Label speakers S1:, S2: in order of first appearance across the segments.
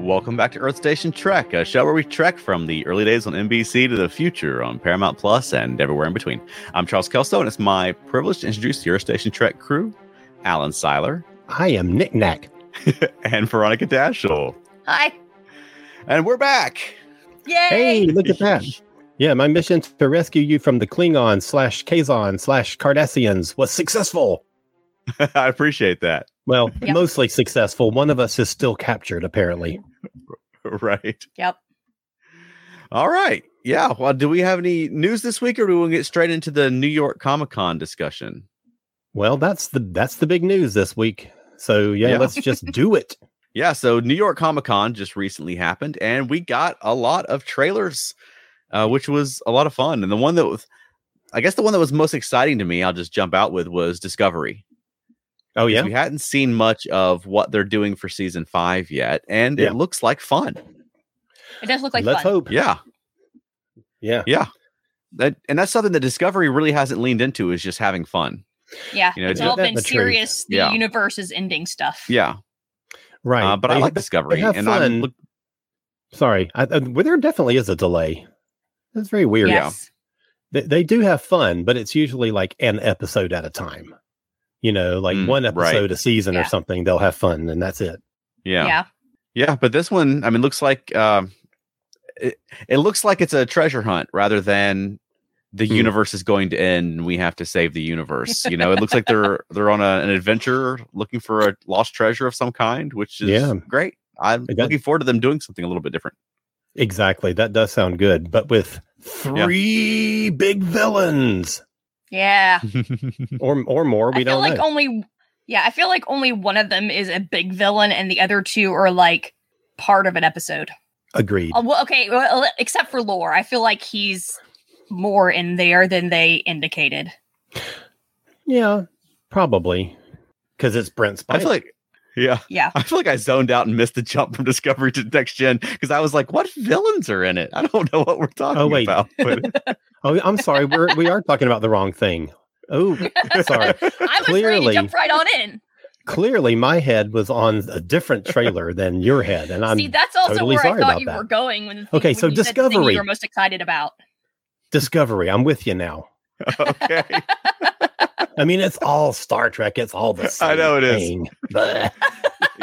S1: Welcome back to Earth Station Trek, a show where we trek from the early days on NBC to the future on Paramount Plus and everywhere in between. I'm Charles Kelso, and it's my privilege to introduce the Earth Station Trek crew Alan Seiler
S2: I am Nick Nack.
S1: and Veronica Daschle.
S3: Hi.
S1: And we're back.
S3: Yay.
S2: Hey, look at that. Yeah, my mission to rescue you from the Klingon slash Kazon slash Cardassians was successful.
S1: I appreciate that.
S2: Well,
S3: Yep.
S2: mostly successful. One of us is still captured, apparently.
S1: Right.
S3: Yep.
S1: All right. Yeah. Well, do we have any news this week, or do we want to get straight into the New York Comic Con discussion?
S2: Well, that's the that's the big news this week. So yeah,
S1: Yeah.
S2: let's just do it.
S1: Yeah, so New York Comic Con just recently happened, and we got a lot of trailers, uh, which was a lot of fun. And the one that was, I guess, the one that was most exciting to me, I'll just jump out with, was Discovery.
S2: Oh
S1: 'Cause
S2: yeah.
S1: we hadn't seen much of what they're doing for season five yet, and
S2: Yeah.
S1: it looks like fun.
S3: It does look like
S2: let's
S3: fun.
S2: hope.
S1: Yeah,
S2: Yeah.
S1: yeah, that and that's something that Discovery really hasn't leaned into is just having fun.
S3: Yeah.
S1: You know,
S3: it's
S1: isn't
S3: all
S2: that
S3: been
S2: the truth?
S3: serious. The
S1: Yeah.
S3: universe is ending stuff.
S1: Yeah,
S2: Right.
S1: uh, but I
S2: They-
S1: like Discovery,
S2: have
S1: and I'm
S2: fun.
S1: look-
S2: sorry. I, I, well, there definitely is a delay. That's very weird.
S3: Yes.
S2: they, they do have fun, but it's usually like an episode at a time. You know, like
S1: Mm,
S2: one
S1: right.
S2: episode a season or
S3: Yeah.
S2: something, they'll have fun and that's it.
S1: yeah,
S3: Yeah.
S1: Yeah, but this one, I mean, looks like um, it, it looks like it's a treasure hunt rather than the
S2: Hmm.
S1: universe is going to end and we have to save the universe. You know, it looks like they're they're on a, an adventure looking for a lost treasure of some kind, which is
S2: Yeah.
S1: great. I'm
S2: It does-
S1: looking forward to them doing something a little bit different.
S2: Exactly. That does sound good. But with three big villains
S3: Yeah.
S2: or or more, we
S3: I feel
S2: don't
S3: like
S2: know.
S3: only yeah, I feel like only one of them is a big villain and the other two are like part of an episode.
S2: Agreed.
S3: Oh, well, okay, well, except for Lore. I feel like he's more in there than they indicated.
S2: yeah, probably. Because it's Brent
S1: I
S2: Spiner.
S1: feel like, yeah,
S3: Yeah.
S1: I feel like I zoned out and missed the jump from Discovery to Next Gen because I was like, what villains are in it? I don't know what we're talking
S2: wait.
S1: about. but-
S2: oh, I'm sorry. We're we are talking about the wrong thing. Oh, sorry.
S3: I was ready to
S2: Clearly.
S3: jump right on in.
S2: Clearly, my head was on a different trailer than your head, and I'm
S3: See, that's also
S2: totally
S3: where I
S2: sorry
S3: thought
S2: about
S3: you
S2: that.
S3: were going when
S2: Okay,
S3: when
S2: so
S3: you said the thing
S2: Discovery.
S3: you were most excited about.
S2: Discovery. I'm with you now.
S1: okay.
S2: I mean, it's all Star Trek. It's all the same
S1: I know it is.
S2: thing. Bleh.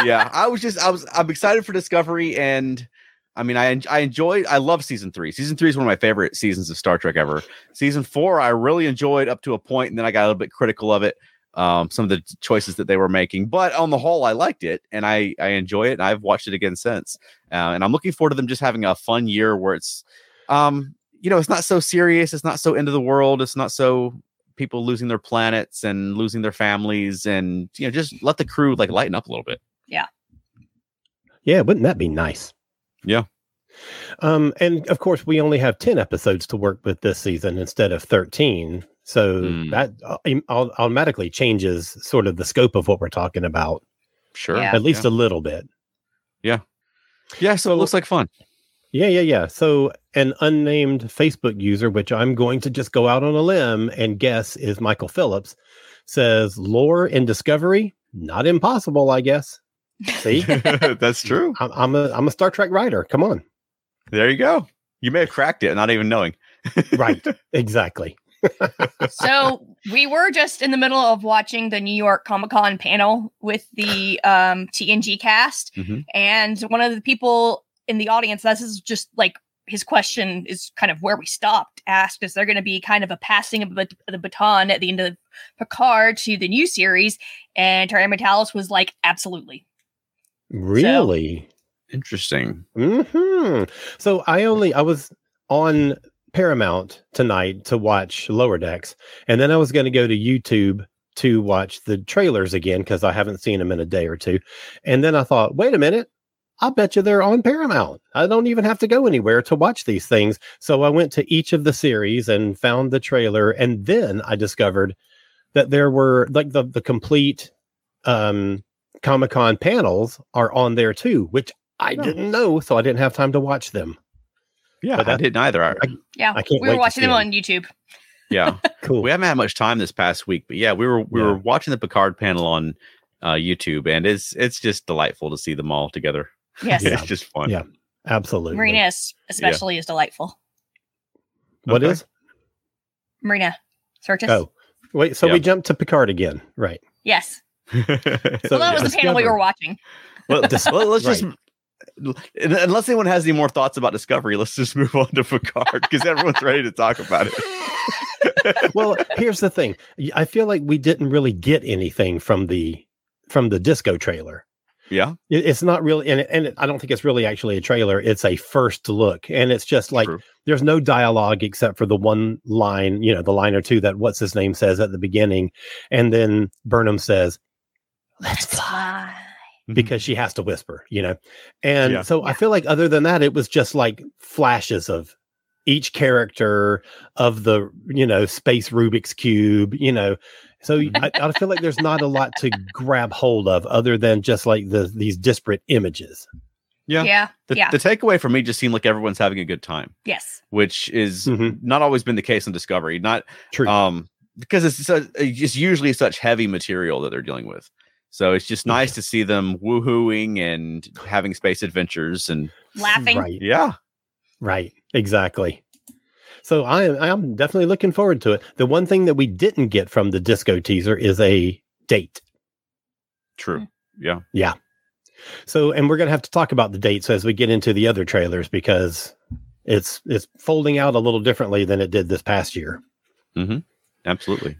S1: yeah, I was just I was I'm excited for Discovery, and I mean I en- I enjoyed I love season three. Season three is one of my favorite seasons of Star Trek ever. Season four I really enjoyed up to a point, and then I got a little bit critical of it. Um, some of the choices that they were making, but on the whole, I liked it and I I enjoy it, and I've watched it again since. Uh, and I'm looking forward to them just having a fun year where it's, um, you know, it's not so serious, it's not so end of the world, it's not so people losing their planets and losing their families, and you know, just let the crew like lighten up a little bit.
S2: Yeah, wouldn't that be nice?
S1: Yeah.
S2: Um, and of course, we only have ten episodes to work with this season instead of thirteen, so
S1: Hmm.
S2: that uh, im- au- automatically changes sort of the scope of what we're talking about,
S1: Sure.
S3: Yeah.
S2: at least a little bit.
S1: Yeah, so it looks like fun.
S2: Yeah, yeah, yeah. So, an unnamed Facebook user, which I'm going to just go out on a limb and guess is Michael Phillips, says lore and discovery not impossible, I guess. See,
S1: That's true.
S2: I'm, I'm a I'm a Star Trek writer. Come on,
S1: There you go. You may have cracked it, not even knowing.
S2: right? exactly.
S3: so we were just in the middle of watching the New York Comic Con panel with the um, TNG cast,
S2: Mm-hmm.
S1: Mhm.
S3: and one of the people in the audience, this is just like his question is kind of where we stopped. Asked, is there going to be kind of a passing of bat- the baton at the end of Picard to the new series? And Terry Metalis was like, absolutely.
S2: Really.
S1: Interesting.
S2: hmm So I only I was on Paramount tonight to watch Lower Decks, and then I was going to go to YouTube to watch the trailers again because I haven't seen them in a day or two. And then I thought, wait a minute, I bet you they're on Paramount. I don't even have to go anywhere to watch these things. So I went to each of the series and found the trailer. And then I discovered that there were like the, the complete um, Comic Con panels are on there too, which I
S1: Oh.
S2: didn't know. So I didn't have time to watch them.
S1: Yeah,
S2: But
S1: I
S2: that-
S1: didn't either. I-
S3: Yeah,
S2: I can't wait
S3: we were
S2: to
S3: watching
S2: see
S3: them
S2: it.
S3: on YouTube.
S1: yeah,
S2: Cool.
S1: we haven't had much time this past week, but yeah, we were we
S2: Yeah.
S1: were watching the Picard panel on uh, YouTube, and it's it's just delightful to see them all together.
S3: Yes,
S2: Yeah.
S1: It's just fun.
S2: Yeah. Absolutely.
S3: Marina is especially is delightful.
S2: What
S1: Okay.
S2: is?
S3: Marina Sirtis.
S2: Oh, wait. So
S1: Yeah.
S2: we jumped to Picard again. Right.
S3: yes.
S2: So
S3: well, that was the panel we
S2: Discovery.
S3: were watching.
S1: well, dis- well, let's just. un- Unless anyone has any more thoughts about Discovery, let's just move on to Picard because everyone's ready to talk about it.
S2: well, here's the thing. Y- I feel like we didn't really get anything from the from the disco trailer.
S1: Yeah,
S2: It- It's not really, and it- and it- I don't think it's really actually a trailer. It's a first look, and it's just like
S1: true.
S2: there's no dialogue except for the one line, you know, the line or two that what's his name says at the beginning, and then Burnham says, "Let's fly." because she has to whisper, you know. And
S1: Yeah.
S2: so I feel like other than that, it was just like flashes of each character of the you know space Rubik's cube, you know. So I, I feel like there's not a lot to grab hold of other than just like the these disparate images.
S1: Yeah.
S3: Yeah. Yeah.
S1: the, the takeaway for me just seemed like everyone's having a good time,
S3: yes.
S1: which is
S2: Mhm.
S1: not always been the case on Discovery. Not
S2: True.
S1: um because it's such, it's usually such heavy material that they're dealing with. So it's just nice to see them woohooing and having space adventures and
S3: Laughing.
S2: Right.
S1: yeah,
S2: Right. Exactly. So I am I'm definitely looking forward to it. The one thing that we didn't get from the disco teaser is a date.
S1: true. Yeah.
S2: So, and we're going to have to talk about the dates as we get into the other trailers because it's it's folding out a little differently than it did this past year.
S1: Absolutely.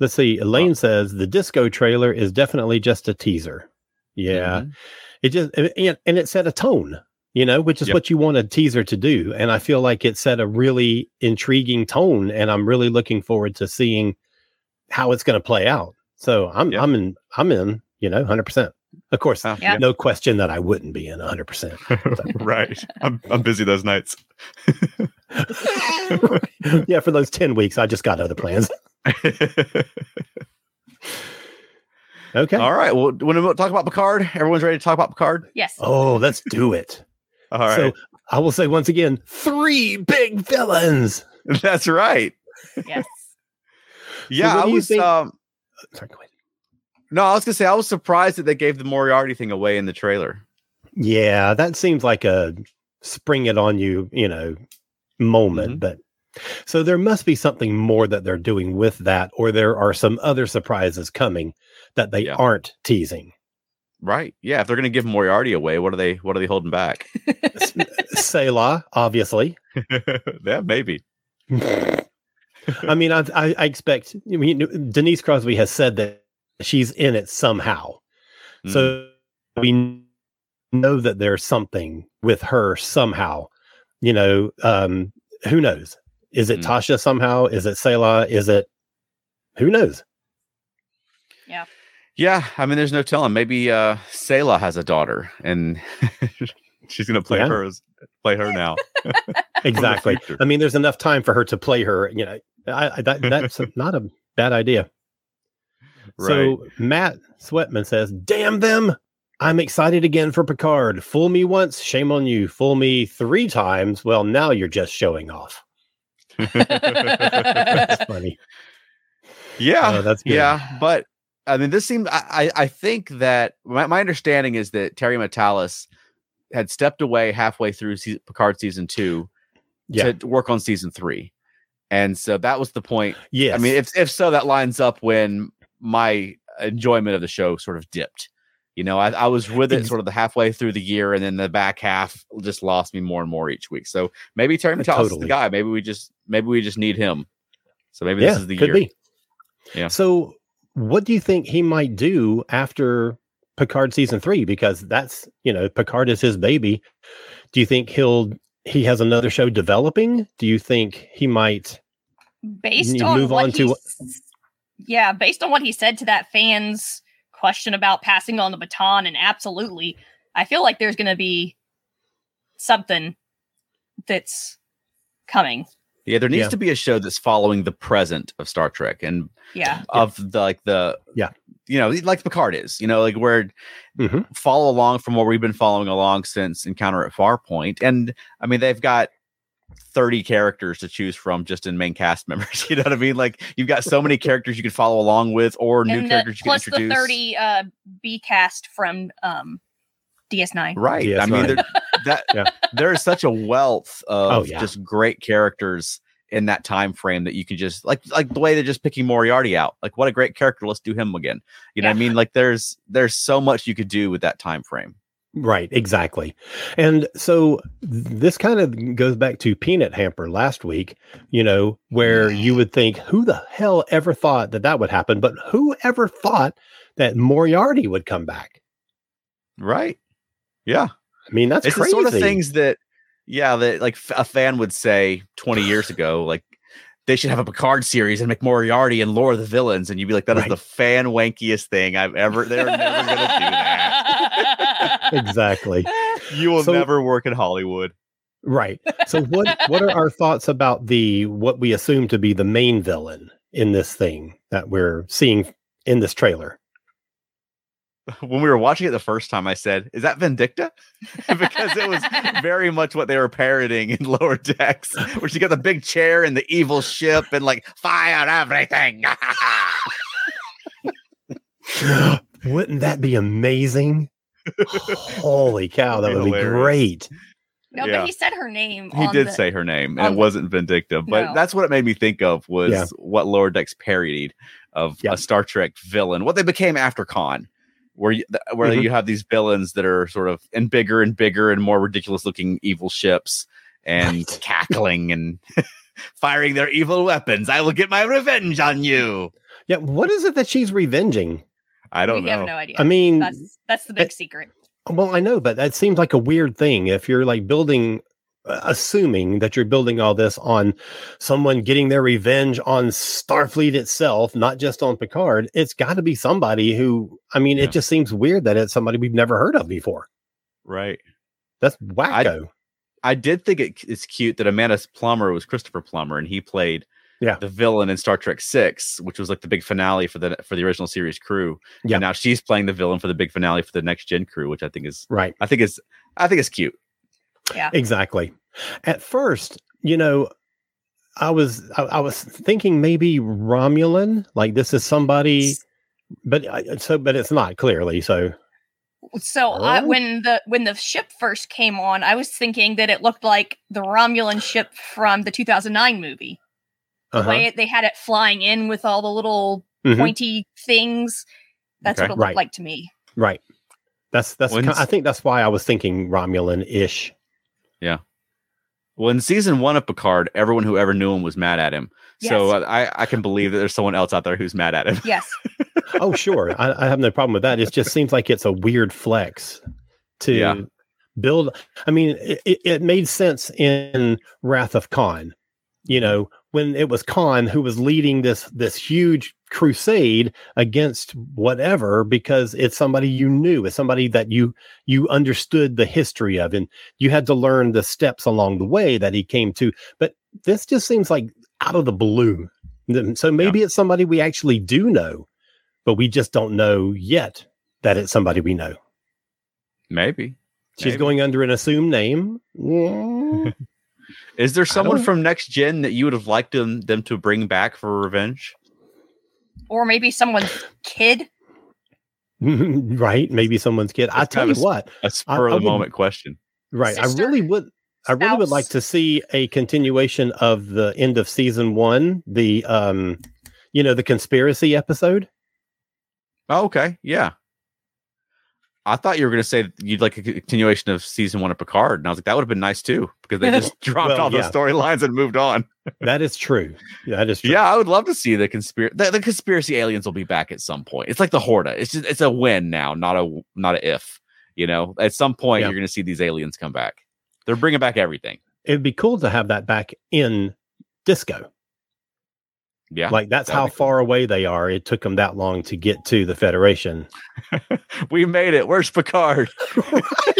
S2: Let's see. Elaine says the disco trailer is definitely just a teaser. Yeah,
S1: Mhm.
S2: it just and, and it set a tone, you know, which is
S1: Yep.
S2: what you want a teaser to do. And I feel like it set a really intriguing tone, and I'm really looking forward to seeing how it's going to play out. So I'm
S1: Yeah.
S2: I'm in I'm in you know 100. percent Of course,
S1: Ah,
S3: Yeah.
S2: no question that I wouldn't be in 100. percent
S1: right. I'm I'm busy those nights.
S2: yeah, for those 10 weeks, I just got other plans. Okay.
S1: All right. Well, want to talk about Picard? Everyone's ready to talk about Picard.
S3: Yes.
S2: Oh, let's do it.
S1: All right.
S2: So I will say once again three big villains.
S1: That's right.
S3: Yes.
S1: Yeah,
S2: what
S1: I
S2: do you
S1: was.
S2: think-
S1: Um,
S2: Sorry, go ahead.
S1: no, I was gonna say I was surprised that they gave the Moriarty thing away in the trailer.
S2: Yeah, that seems like a spring it on you, you know,
S1: Mm-hmm.
S2: moment. But so there must be something more that they're doing with that, or there are some other surprises coming that they
S1: Yeah.
S2: aren't teasing.
S1: Right. Yeah. If they're gonna give Moriarty away, what are they? What are they holding back?
S2: Selah, obviously.
S1: yeah, maybe.
S2: I mean, I, I, I expect I mean, Denise Crosby has said that she's in it somehow. So we know that there's something with her somehow. You know, um, who knows? Is it
S1: Mm.
S2: Tasha somehow? Is it Selah? Is it who knows?
S1: Yeah, I mean, there's no telling. Maybe uh Selah has a daughter, and she's gonna play
S2: Yeah.
S1: her. as- Play her now.
S2: Exactly.
S1: future.
S2: I mean, there's enough time for her to play her. You know, I, I, that, that's not a bad idea. So Matt Sweatman says, "Damn them! I'm excited again for Picard. Fool me once, shame on you. Fool me three times. Well, now you're just showing off." Oh,
S1: Right.
S2: That's funny.
S1: yeah.
S2: Oh, that's good.
S1: Yeah, but I mean, this seemed. I I I think that my, my understanding is that Terry Metalis had stepped away halfway through se- Picard season two
S2: Yeah.
S1: to work on season three, and so that was the point. I
S2: Yes.
S1: mean, if if so, that lines up when my enjoyment of the show sort of dipped. You know, I, I was with it
S2: Ex-
S1: sort of the halfway through the year, and then the back half just lost me more and more each week. So maybe Terry
S2: Yeah,
S1: Metalis is the
S2: Uh, totally.
S1: guy. Maybe we just maybe we just need him. So maybe this is the
S2: could
S1: year.
S2: be.
S1: Yeah.
S2: So, what do you think he might do after Picard season three? Because that's you know Picard is his baby. Do you think he'll he has another show developing? Do you think he might?
S3: based
S2: You
S3: on
S2: move
S3: what
S2: on to-
S3: he's- yeah based on what he said to that fans question about passing on the baton, and absolutely, I feel like there's going to be something that's coming.
S1: Yeah, there needs
S2: Yeah.
S1: to be a show that's following the present of Star Trek and
S3: Yeah,
S1: of the like the
S2: Yeah.
S1: you know like Picard is you know like where
S2: Mhm.
S1: follow along from what we've been following along since Encounter at Farpoint and I mean they've got. 30 characters to choose from just in main cast members. You know what I mean? Like you've got so many characters you can follow along with or new
S3: and the,
S1: characters you can
S3: plus the
S1: introduce.
S3: thirty uh, B cast from um, DS9.
S1: Right.
S2: Yeah,
S1: I
S2: it's
S1: mean,
S2: not-
S1: there, that
S2: Yeah.
S1: there is such a wealth of
S2: Oh, yeah.
S1: just great characters in that time frame that you can just like like the way they're just picking Moriarty out. Like, what a great character. Let's do him again. You know what I mean? Like there's there's so much you could do with that time frame.
S2: Right, exactly. And so th- this kind of goes back to Peanut Hamper last week, you know, where you would think, who the hell ever thought that that would happen? But who ever thought that Moriarty would come back?
S1: Right. Yeah.
S2: I mean, that's
S1: it's the
S2: crazy.
S1: sort of things that yeah, that like f- a fan would say 20 years ago, like they should have a Picard series and make Moriarty and Laura the villains, and you'd be like, "That is
S2: Right.
S1: the fan wankiest thing I've ever." They're never gonna do that.
S2: exactly.
S1: You will
S2: So-
S1: never work in Hollywood.
S2: Right. So what what are our thoughts about the what we assume to be the main villain in this thing that we're seeing in this trailer?
S1: when we were watching it the first time, I said, "Is that Vindicta?" because it was very much what they were parroting in Lower Decks, where she got the big chair and the evil ship and like fire everything.
S2: Wouldn't that be amazing? Holy cow, that
S1: Be
S2: would be
S1: hilarious.
S2: great.
S3: No,
S1: Yeah.
S3: but he said her name.
S1: he
S3: on
S1: did
S3: the-
S1: say her name, and
S3: on
S1: it
S3: the-
S1: wasn't Vindicta, but
S3: No.
S1: that's what it made me think of was
S2: Yeah.
S1: what Lower Decks parodied of
S2: Yeah.
S1: a Star Trek villain, what they became after Khan. Where you, th- where
S2: Mhm.
S1: you have these villains that are sort of and bigger and bigger and more ridiculous looking evil ships and
S2: Right.
S1: cackling and firing their evil weapons. I will get my revenge on you.
S2: Yeah, what is it that she's revenging?
S1: I don't
S3: we
S1: know.
S3: have no idea.
S2: I mean,
S3: that's that's the big secret.
S2: well, I know, but that seems like a weird thing if you're like building uh, assuming that you're building all this on someone getting their revenge on Starfleet itself, not just on Picard. It's got to be somebody who I mean,
S1: Yeah.
S2: it just seems weird that it's somebody we've never heard of before.
S1: Right.
S2: That's wacko.
S1: I did think it, it's cute that Amanda Plummer was Christopher Plummer, and he played
S2: Yeah.
S1: the villain in Star Trek Six, which was like the big finale for the for the original series crew.
S2: Yeah.
S1: And now she's playing the villain for the big finale for the next gen crew, which I think is
S2: right.
S1: I think is I think it's cute.
S2: Exactly. At first, you know, I was I, I was thinking maybe Romulan, like this is somebody, but I, so but it's not clearly. So
S3: So I,
S2: Oh.
S3: when the when the ship first came on, I was thinking that it looked like the Romulan ship from the 2009 movie. The
S2: uh-huh.
S3: way it, they had it flying in with all the little
S2: Mhm.
S3: pointy things. That's
S1: Okay.
S3: what it looked
S2: Right.
S3: like to me.
S2: right. That's that's ki-
S1: When's-
S2: I think that's why I was thinking Romulan ish.
S1: Well, in season one of Picard, everyone who ever knew him was mad at him. So
S3: Yes.
S1: I I can believe that there's someone else out there who's mad at him.
S3: Yes.
S2: Oh sure, I, I have no problem with that. It just seems like it's a weird flex to
S1: Yeah.
S2: build. I mean, it, it- it made sense in Wrath of Khan. You know, when it was Khan who was leading this this huge crusade against whatever, because it's somebody you knew, it's somebody that you you understood the history of, and you had to learn the steps along the way that he came to. But this just seems like out of the blue. Then- So maybe it's somebody we actually do know, but we just don't know yet that it's somebody we know.
S1: Maybe.
S2: She's
S1: Maybe.
S2: going under an assumed name. Yeah.
S1: Is there someone
S2: know.
S1: from next gen that you would have liked them, them to bring back for revenge?
S3: Or maybe someone's kid.
S2: right? Maybe someone's kid. I
S1: That's
S2: tell
S1: kind
S2: you
S1: of a
S2: what,
S1: A spur
S2: I
S1: of
S2: would-
S1: the moment question.
S2: right? I
S3: sister,
S2: really would. I really would like
S3: spouse.
S2: to see a continuation of the end of season one, the um, you know, the conspiracy episode.
S1: Oh, okay. Yeah. I thought you were going to say you'd like a c- continuation of season one of Picard. And I was like, that would have been nice too, because they just dropped
S2: Well,
S1: all
S2: yeah.
S1: those storylines and moved on.
S2: That is true. That is true.
S1: Yeah, I would love to see the conspiracy. The, the conspiracy aliens will be back at some point. It's like the Horda. It's just, it's a win now, not a not a if. You know, at some point
S2: Yeah.
S1: you're going to see these aliens come back. They're bringing back everything.
S2: it'd be cool to have that back in disco.
S1: Yeah.
S2: Like that's
S1: that'd
S2: how
S1: be cool.
S2: far away they are. It took them that long to get to the Federation.
S1: we made it. Where's Picard?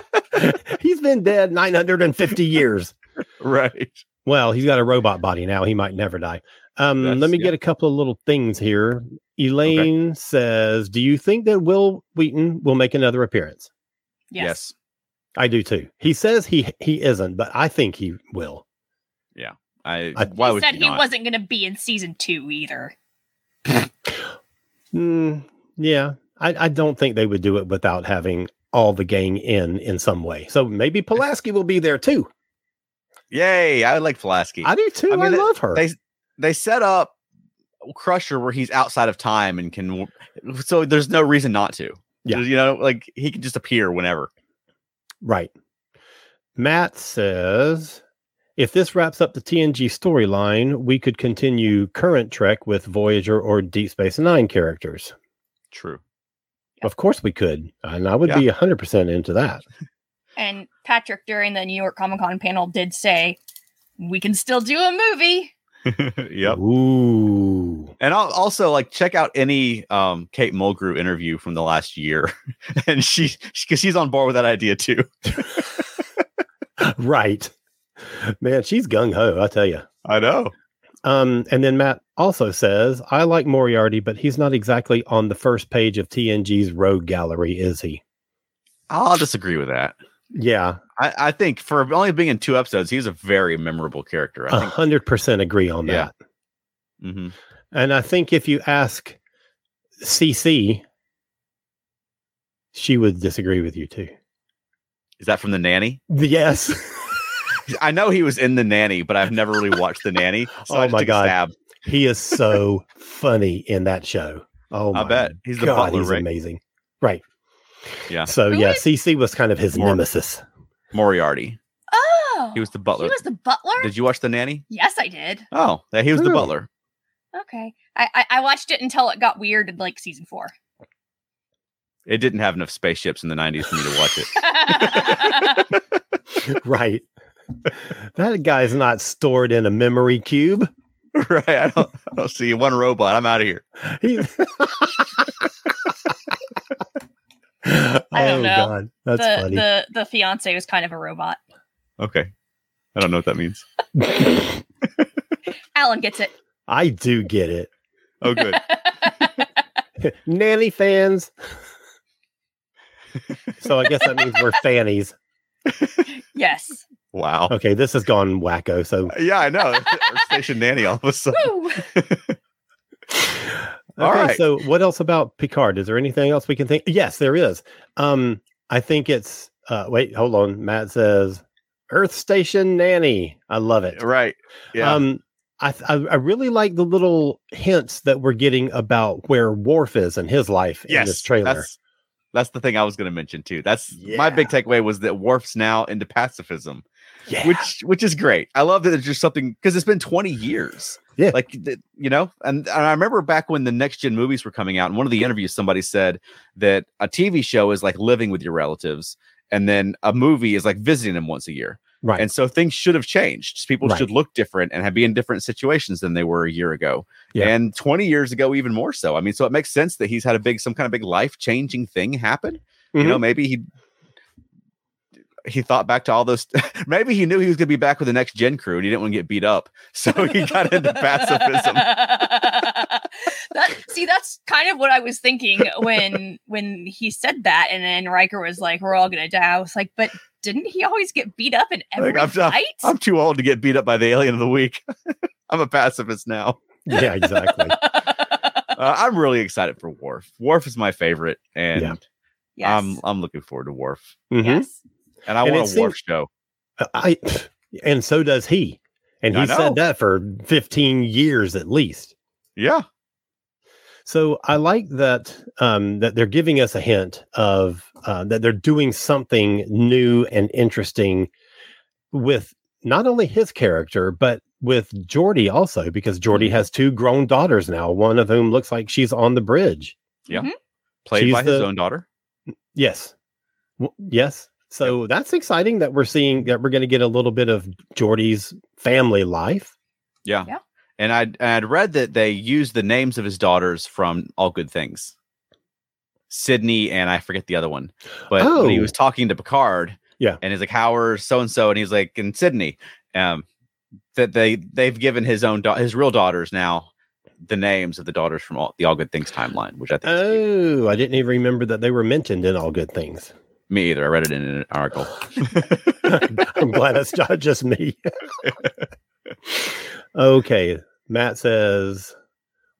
S2: he's been dead 950 years.
S1: right.
S2: Well, he's got a robot body now. He might never die. Um,
S1: That's-
S2: let me
S1: yeah.
S2: get a couple of little things here. Elaine says, "Do you think that Will Wheaton will make another appearance?"
S3: Yes.
S2: I do too. He says he he isn't, but I think he will.
S1: I,
S2: I-
S1: why
S3: he
S1: would
S3: said
S1: you
S3: he
S1: not?
S3: wasn't going to be in season two either.
S1: Hmm.
S2: Mm, yeah, I, I don't think they would do it without having all the gang in in some way. So maybe Pulaski will be there too.
S1: Yay! I like Pulaski.
S2: I do too.
S1: I
S2: I,
S1: mean, they-
S2: love her.
S1: they they set up Crusher where he's outside of time and can so there's no reason not to.
S2: Yeah.
S1: You know, like he can just appear whenever.
S2: Right. Matt says, if this wraps up the TNG storyline, we could continue current Trek with Voyager or Deep Space Nine characters.
S1: True.
S2: Of course we could. And I would
S1: Yeah.
S2: be 100% into that.
S3: And Patrick during the New York Comic Con panel did say, "We can still do a movie."
S1: yep.
S2: Ooh.
S1: And I'll also like check out any um Kate Mulgrew interview from the last year. and she because she's on board with that idea too.
S2: Right. Man, she's gung ho, I tell you.
S1: I know.
S2: Um, and then Matt also says, I like Moriarty, but he's not exactly on the first page of TNG's Rogue Gallery, is he?
S1: I'll disagree with that.
S2: Yeah,
S1: I, I think for only being in two episodes, he's a very memorable character. I think.
S2: 100% agree on that.
S1: Yeah. Mhm.
S2: And I think if you ask CC, she would disagree with you too.
S1: Is that from the nanny?
S2: Yes.
S1: I know he was in the nanny, but I've never really watched the nanny. So
S2: Oh
S1: I just
S2: my
S1: took a
S2: God.
S1: stab.
S2: he is so funny in that show. Oh,
S1: I
S2: my
S1: bet. He's the
S2: God,
S1: butler,
S2: he's
S1: right?
S2: amazing. Right.
S1: Yeah.
S2: So,
S3: Who
S2: yeah,
S3: is-
S2: CC was kind of his
S1: More-
S2: nemesis.
S1: Moriarty.
S3: Oh,
S1: He was the butler.
S3: He was the butler.
S1: Did you watch the nanny?
S3: yes, I did.
S1: Oh, yeah, he was the
S2: Really?
S1: butler.
S3: Okay, I, I I watched it until it got weird in like season four.
S1: It didn't have enough spaceships in the 90s for me to watch it.
S2: right. that guy's not stored in a memory cube.
S1: right. I don't, I don't see one robot. I'm out of here.
S2: He- oh,
S3: know.
S2: God. That's
S3: the,
S2: funny.
S3: the the fiance was kind of a robot.
S1: Okay. I don't know what that means.
S3: Alan gets it.
S2: I do get it.
S1: Oh, good.
S2: Nanny fans. so I guess that means we're fannies.
S3: yes.
S1: Wow.
S2: Okay, this has gone wacko. So
S1: Yeah, I know. Earth Station nanny all of a sudden.
S3: Woo.
S1: All
S2: Okay,
S1: right.
S2: So what else about Picard? Is there anything else we can think? Yes, there is. Um, I think it's uh wait, hold on. Matt says Earth Station Nanny. I love it.
S1: Right. Yeah.
S2: Um I, th- I I really like the little hints that we're getting about where Worf is in his life in this trailer.
S1: That's, that's the thing I was going to mention too. That's my big takeaway was that Worf's now into pacifism,
S2: yeah.
S1: which which is great. I love that it's just something because it's been 20 years.
S2: Yeah.
S1: Like th- you know, and, and I remember back when the next gen movies were coming out, and one of the interviews somebody said that a TV show is like living with your relatives, and then a movie is like visiting them once a year.
S2: right.
S1: And so things should have changed. People
S2: Right.
S1: should look different and have be in different situations than they were a year ago.
S2: Yeah.
S1: And 20 years ago, even more so. I mean, so it makes sense that he's had a big, some kind of big life changing thing happen. You know,
S2: Mm-hmm.
S1: maybe he he thought back to all those maybe he knew he was gonna be back with the next gen crew and he didn't want to get beat up. So he got into pacifism.
S3: that, see, that's kind of what I was thinking when when he said that, and then Riker was like, "We're all gonna die." I was like, "But didn't he always get beat up in every
S1: Like, I'm not-
S3: fight?"
S1: I'm too old to get beat up by the alien of the week. I'm a pacifist now.
S2: yeah, exactly.
S1: Uh, I'm really excited for Worf. Worf is my favorite, and
S2: Yeah.
S3: yes.
S1: I'm I'm looking forward to Worf.
S2: Mhm.
S3: yes.
S1: And I
S2: And
S1: want
S2: it
S1: a
S2: seems-
S1: Worf show.
S2: I pff, and so does he. And
S1: I
S2: he
S1: know.
S2: said that for 15 years at least.
S1: Yeah.
S2: So I like that um, that they're giving us a hint of uh, that they're doing something new and interesting with not only his character but with Jordy also because
S1: Mm-hmm.
S2: Jordy has two grown daughters now. One of whom looks like she's on the bridge.
S1: Played
S2: She's
S1: by his
S2: the-
S1: own daughter.
S2: Yes, W- yes. So that's exciting that we're seeing that we're going to get a little bit of Jordy's family life.
S1: Yeah.
S3: Yeah.
S1: and I'd, and I'd read that they used the names of his daughters from All Good Things, Sydney, and I forget the other one. But when he
S2: Oh.
S1: was talking to Picard,
S2: Yeah.
S1: and he's like, "How are so and so?" and he's like, "And Sydney." Um, that they they've given his own da- his real daughters now the names of the daughters from all, the All Good Things timeline, which I think is cute.
S2: Oh, I didn't even remember that they were mentioned in All Good Things.
S1: me either. I read it in an article.
S2: I'm glad it's not just me. okay. Matt says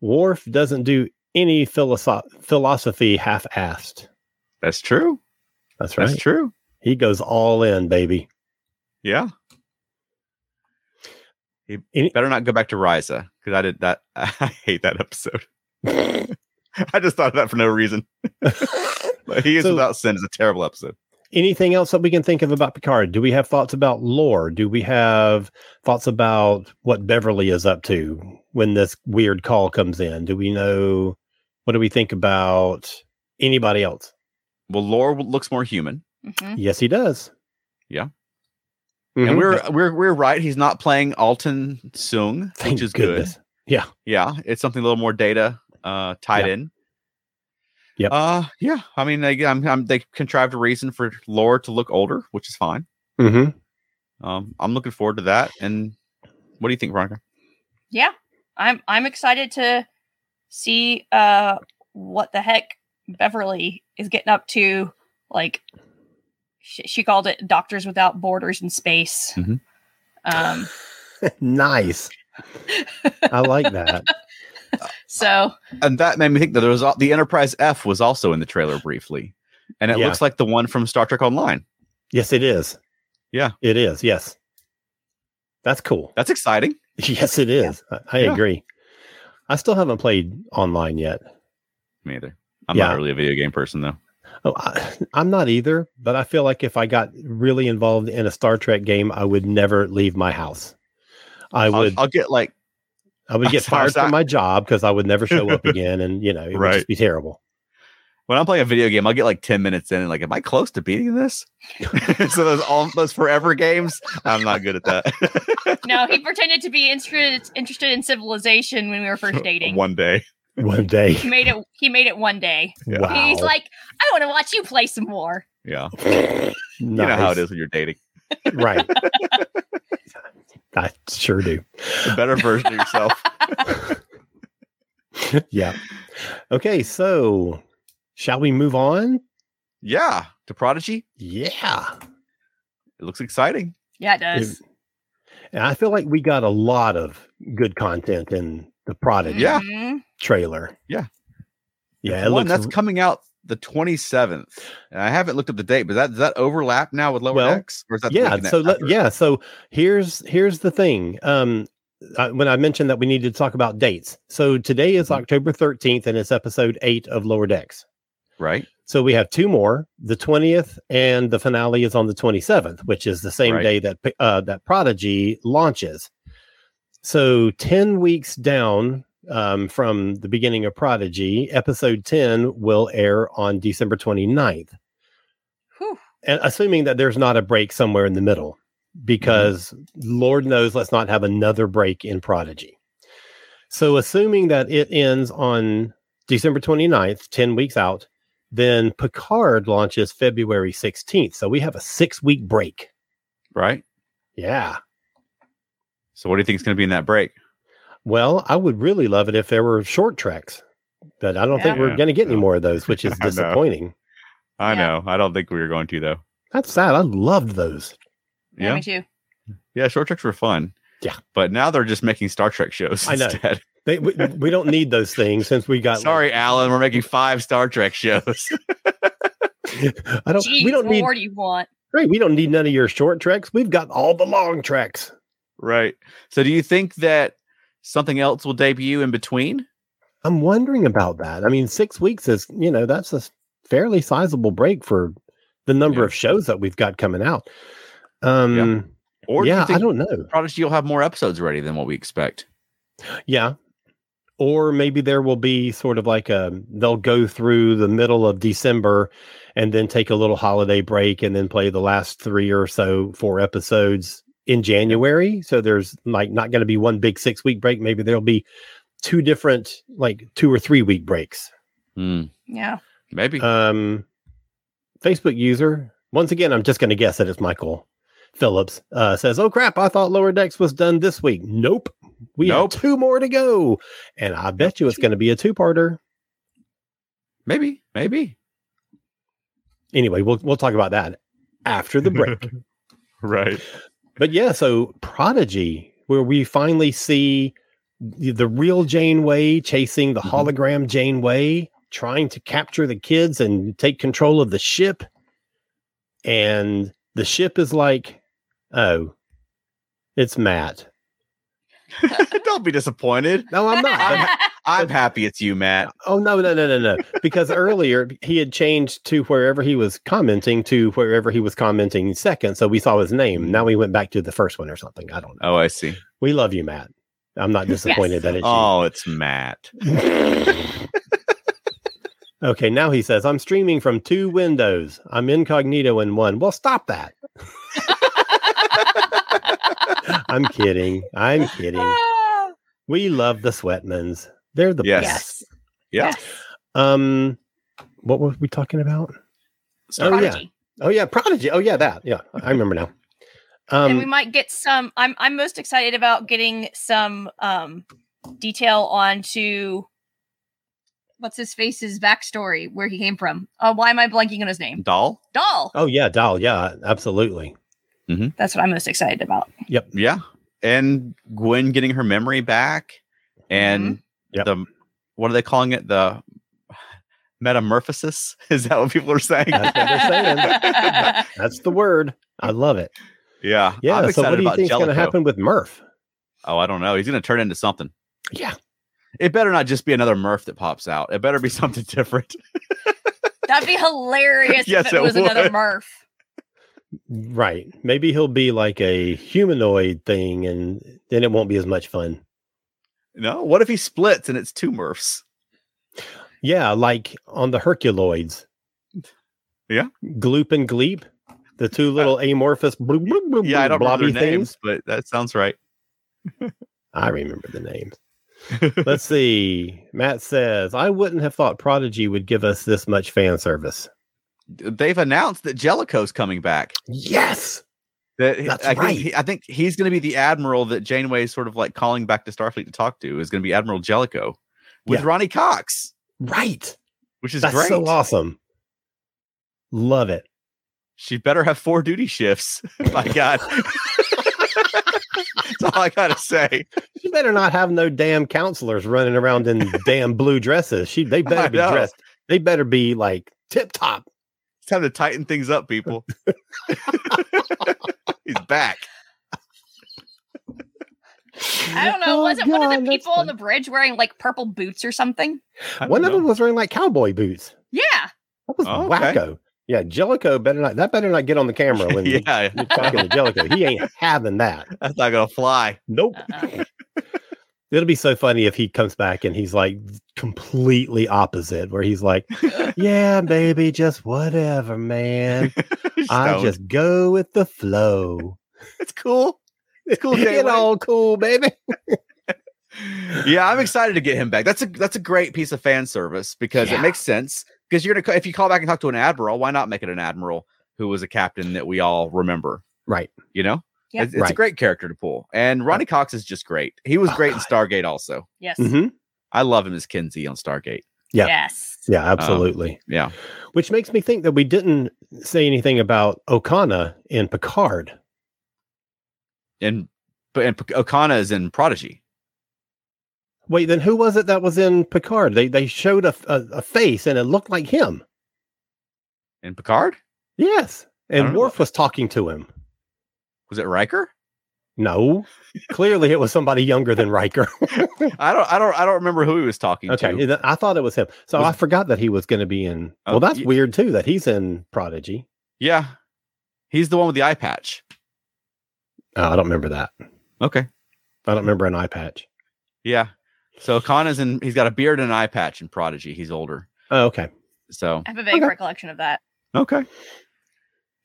S2: Worf doesn't do any philosoph- philosophy half assed.
S1: That's true.
S2: That's right.
S1: That's true.
S2: He goes all in, baby.
S1: Yeah. He
S2: Any-
S1: better not go back to Riza because I did that. I hate that episode. I just thought of that for no reason. But he is
S2: So-
S1: without sin is a terrible episode.
S2: Anything else that we can think of about Picard? Do we have thoughts about lore? Do we have thoughts about what Beverly is up to when this weird call comes in? Do we know what do we think about anybody else?
S1: Well, Lore looks more human,
S3: Mhm.
S2: Yes, he does.
S1: Yeah.
S2: Mhm.
S1: and we're we're we're right. He's not playing Alton Sung,
S2: Thank
S1: which is
S2: goodness.
S1: good.
S2: Yeah.
S1: Yeah, it's something a little more data uh, tied
S2: Yeah.
S1: in.
S2: Yep.
S1: Uh, yeah. I mean, they, I'm, I'm, they contrived a reason for Lore to look older, which is fine.
S2: Mm-hmm.
S1: Um, I'm looking forward to that. And what do you think, Veronica?
S3: yeah i'm i'm excited to see uh what the heck beverly is getting up to like she, she called it doctors without borders in space
S1: Mhm.
S3: um
S2: nice. I like that.
S3: so
S1: And that made me think that there was al- the Enterprise F was also in the trailer briefly, and it
S2: Yeah.
S1: looks like the one from Star Trek Online.
S2: Yes, it is.
S1: Yeah.
S2: It is. Yes. That's cool.
S1: That's exciting.
S2: Yes, it is. I, I
S1: Yeah.
S2: agree. I still haven't played online yet.
S1: Me either. I'm
S2: Yeah.
S1: not really a video game person though.
S2: Oh, I, I'm not either, but I feel like if I got really involved in a Star Trek game, I would never leave my house. I
S1: I'll,
S2: would
S1: I'll get like
S2: I would get
S1: sorry,
S2: fired from
S1: sorry.
S2: my job because I would never show up again, and you know it would
S1: Right.
S2: just be terrible.
S1: when I'm playing a video game, I'll get like 10 minutes in and like, am I close to beating this? so those all those forever games, I'm not good at that.
S3: no he pretended to be interested interested in civilization when we were first dating
S1: One day.
S2: One day,
S3: he made it he made it one day
S1: Yeah.
S2: wow,
S3: he's like i want to watch you play some more
S1: Yeah.
S2: nice.
S1: You know how it is when you're dating.
S2: right? I sure do.
S1: The better version of yourself.
S2: yeah. Okay, so shall we move on?
S1: yeah. To Prodigy,
S2: Yeah.
S1: it looks exciting.
S3: yeah it does
S2: And I feel like we got a lot of good content in the Prodigy
S1: Yeah.
S3: Mhm.
S2: trailer.
S1: Yeah.
S2: Yeah,
S1: For
S2: it
S1: one,
S2: looks
S1: that's coming out the 27th. And I haven't looked up the date, but that does that overlap now with Lower
S2: Well,
S1: Decks? Or is that the
S2: yeah
S1: weekend
S2: so let,
S1: after?
S2: yeah so here's here's the thing um I, when i mentioned that we needed to talk about dates so today is
S1: Mhm.
S2: october 13th and it's episode 8 of lower decks
S1: Right.
S2: so we have two more the 20th and the finale is on the 27th which is the same
S1: Right.
S2: day that P- uh, that prodigy launches so 10 weeks down um, from the beginning of prodigy episode 10 will air on december 29th
S3: Whew.
S2: and assuming that there's not a break somewhere in the middle because lord knows let's not have another break in prodigy so assuming that it ends on december 29th 10 weeks out then picard launches february 16th so we have a six week break
S1: Right.
S2: yeah
S1: So what do you think is going to be in that break?
S2: well i would really love it if there were short tracks but i don't think
S1: Yeah.
S2: we're going to get any more of those which is
S1: I know.
S2: disappointing
S1: I
S3: Yeah.
S1: know. I don't think we were going to though.
S2: that's sad i loved those
S3: yeah,
S1: Yeah.
S3: me too
S1: Yeah. Short treks were fun.
S2: Yeah.
S1: But now they're just making Star Trek shows.
S2: I know.
S1: Instead.
S2: they, we, we don't need those things since we got
S1: Sorry, Alan. We're making five Star Trek shows.
S2: i don't
S3: Jeez,
S2: we don't need
S3: Lord, you want
S2: Great. We don't need none of your short tracks. We've got all the long tracks.
S1: right. So do you think that something else will debut in between?
S2: I'm wondering about that. I mean, six weeks is, you know, that's a fairly sizable break for the number
S1: Yeah.
S2: of shows that we've got coming out. Um,
S1: Or do
S2: yeah,
S1: you think
S2: I don't know.
S1: Prodigy will have more episodes ready than what we expect?
S2: Yeah. Or maybe there will be sort of like a, they'll go through the middle of December and then take a little holiday break and then play the last three or so, four episodes in January. So there's like not going to be one big six week break. Maybe there'll be two different, like two or three week breaks.
S1: Hmm,
S3: Yeah.
S1: maybe.
S2: Um, Facebook user, once again, I'm just going to guess that it's Michael Phillips, uh, says, Oh crap, I thought Lower Decks was done this week. Nope. We
S1: Nope.
S2: have two more to go. And I bet you it's going to be a two parter.
S1: maybe. Maybe.
S2: Anyway, we'll, we'll talk about that after the break.
S4: right.
S2: But yeah, so Prodigy, where we finally see the, the real Janeway chasing the
S1: Mhm.
S2: hologram Janeway, trying to capture the kids and take control of the ship. And the ship is like, oh, it's Matt.
S1: Don't be disappointed.
S2: No, I'm not. I'm-
S1: I'm happy it's you, Matt.
S2: oh, no, no, no, no, no. Because earlier he had changed to wherever he was commenting to wherever he was commenting second. So we saw his name. Now we went back to the first one or something. I don't know.
S1: Oh, I see.
S2: We love you, Matt. I'm not disappointed that it's you.
S1: Oh, it's Matt.
S2: Okay, now he says, I'm streaming from two windows. I'm incognito in one. Well, stop that. I'm kidding. I'm kidding.
S3: Ah,
S2: We love the Sweatmans. They're the
S1: Yes.
S2: best.
S3: yes.
S1: Yeah.
S2: Um, what were we talking about?
S1: So,
S2: Oh, yeah.
S3: Prodigy.
S2: Oh yeah, Prodigy. Oh yeah, that. Yeah, I remember now.
S3: and we
S2: Um,
S3: might get some I'm I'm most excited about getting some um detail on to what's his face's backstory, where he came from. Uh, why am I blanking on his name?
S1: Doll?
S3: Doll.
S2: oh yeah, doll. Yeah, absolutely.
S3: That's what I'm most excited about.
S1: Yeah. And Gwen getting her memory back. And
S2: Mm-hmm. Yep.
S1: the what are they calling it? The metamorphosis? Is that what people are saying?
S2: That's what they're saying. That's the word. I love it.
S1: yeah.
S2: Yeah.
S1: I'm
S2: so what
S1: excited
S2: do you
S1: about
S2: think's going to
S1: Jellicoe.
S2: happen with Murph?
S1: Oh, I don't know. He's gonna turn into something.
S2: Yeah.
S1: It better not just be another Murph that pops out. It better be something different.
S3: That'd be hilarious
S1: Yes,
S3: if it
S1: it
S3: was another
S1: would.
S3: Murph.
S2: Right. Maybe he'll be like a humanoid thing, and then it won't be as much fun.
S1: No, what if he splits and it's two Murphs?
S2: Yeah, like on the Herculoids.
S1: Yeah. Uh,
S2: Gloop and Gleep, the two little amorphous bloop, bloop, bloop,
S1: Yeah, I don't
S2: bloop,
S1: remember
S2: blobby
S1: their names,
S2: things.
S1: but that sounds right.
S2: I remember the names. Let's see. Matt says, I wouldn't have thought Prodigy would give us this much fan service.
S1: They've announced that Jellicoe's coming back.
S2: Yes.
S1: That
S2: That's
S1: I think,
S2: right.
S1: he- I think he's going to be the admiral that Janeway is sort of like calling back to Starfleet to talk to. Is going to be Admiral Jellicoe with
S2: Yeah.
S1: Ronnie Cox,
S2: Right.
S1: which is
S2: That's
S1: great.
S2: so awesome. Love it.
S1: She better have four duty shifts. My God, that's all I gotta say.
S2: She better not have no damn counselors running around in damn blue dresses. She they
S1: I
S2: better be
S1: know.
S2: dressed. They better be like tip top.
S1: It's time to tighten things up, people. he's back.
S3: I don't know.
S2: Oh,
S3: Wasn't one of
S2: God,
S3: the
S2: that's
S3: people on
S2: funny.
S3: the bridge wearing like purple boots or something?
S1: I
S2: One
S1: don't
S2: of them
S1: know.
S2: was wearing like cowboy boots.
S3: Yeah.
S2: That was
S1: Oh, okay.
S2: wacko. Yeah, Jellicoe better not. That better not get on the camera when you
S1: yeah,
S2: you're talking to Jellicoe. He ain't having that.
S1: that's not gonna fly.
S2: Nope.
S3: Uh-uh.
S2: It'll be so funny if he comes back and he's like completely opposite, where he's like, "Yeah, baby, just whatever, man. I
S1: Stoned.
S2: just go with the flow.
S1: it's cool. It's cool.
S2: Get
S1: Janeway.
S2: all cool, baby."
S1: yeah, I'm excited to get him back. That's a that's a great piece of fan service because
S3: Yeah.
S1: it makes sense. Because you're gonna ca- if you call back and talk to an admiral, why not make it an admiral who was a captain that we all remember?
S2: Right.
S1: You know,
S3: Yep.
S1: it's, it's a
S2: Right.
S1: great character to pull. And Ronnie Cox is just great. He was
S2: Oh,
S1: great in
S2: God.
S1: Stargate. Also,
S3: yes.
S2: Mm-hmm.
S1: I love him as Kinsey on Stargate.
S2: Yeah.
S3: Yes.
S2: Yeah, absolutely.
S1: Um, Yeah,
S2: Which makes me think that we didn't say anything about Okana in Picard.
S1: and but and P- Okana is in Prodigy.
S2: Wait, then who was it that was in Picard? They they showed a, a, a face and it looked like him.
S1: In Picard,
S2: Yes.
S1: don't
S2: And
S1: know.
S2: Worf was talking to him.
S1: was it Riker?
S2: No. Clearly it was somebody younger than Riker.
S1: I don't, I don't, I don't remember who he was talking
S2: okay.
S1: to.
S2: I thought it was him. So
S1: Was-
S2: I forgot that he was going to be in.
S1: Oh,
S2: well, that's
S1: y-
S2: weird too that he's in Prodigy.
S1: Yeah, he's the one with the eye patch.
S2: Oh, I don't remember that.
S1: Okay.
S2: I don't remember an eye patch.
S1: Yeah. So Kana's in he's got a beard and an eye patch in Prodigy. He's older.
S2: Oh, okay.
S1: So
S3: I have a vague
S2: Okay.
S3: recollection of that.
S1: okay.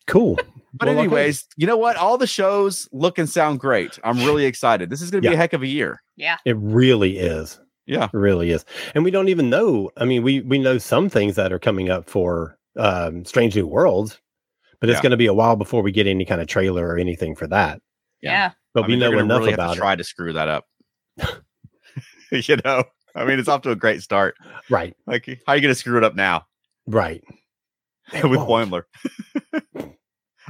S2: Cool.
S1: But
S2: Well, okay.
S1: anyways, you know what? All the shows look and sound great. I'm really excited. This is going to be
S2: Yeah.
S1: a heck of a year.
S2: It really is.
S1: Yeah.
S2: It really is. And we don't even know. I mean, we we know some things that are coming up for um Strange New Worlds, but it's
S1: Yeah.
S2: going to be a while before we get any kind of trailer or anything for that.
S1: Yeah.
S3: Yeah.
S2: But
S1: I
S2: we
S1: mean, they're
S2: know
S1: gonna
S2: enough
S1: really have to
S2: about it.
S1: Try to screw that up. you know, I mean, it's off to a great start.
S2: Right.
S1: Like, how are you going to screw it up now
S2: Right. Oh,
S1: with
S2: won't.
S1: Boimler?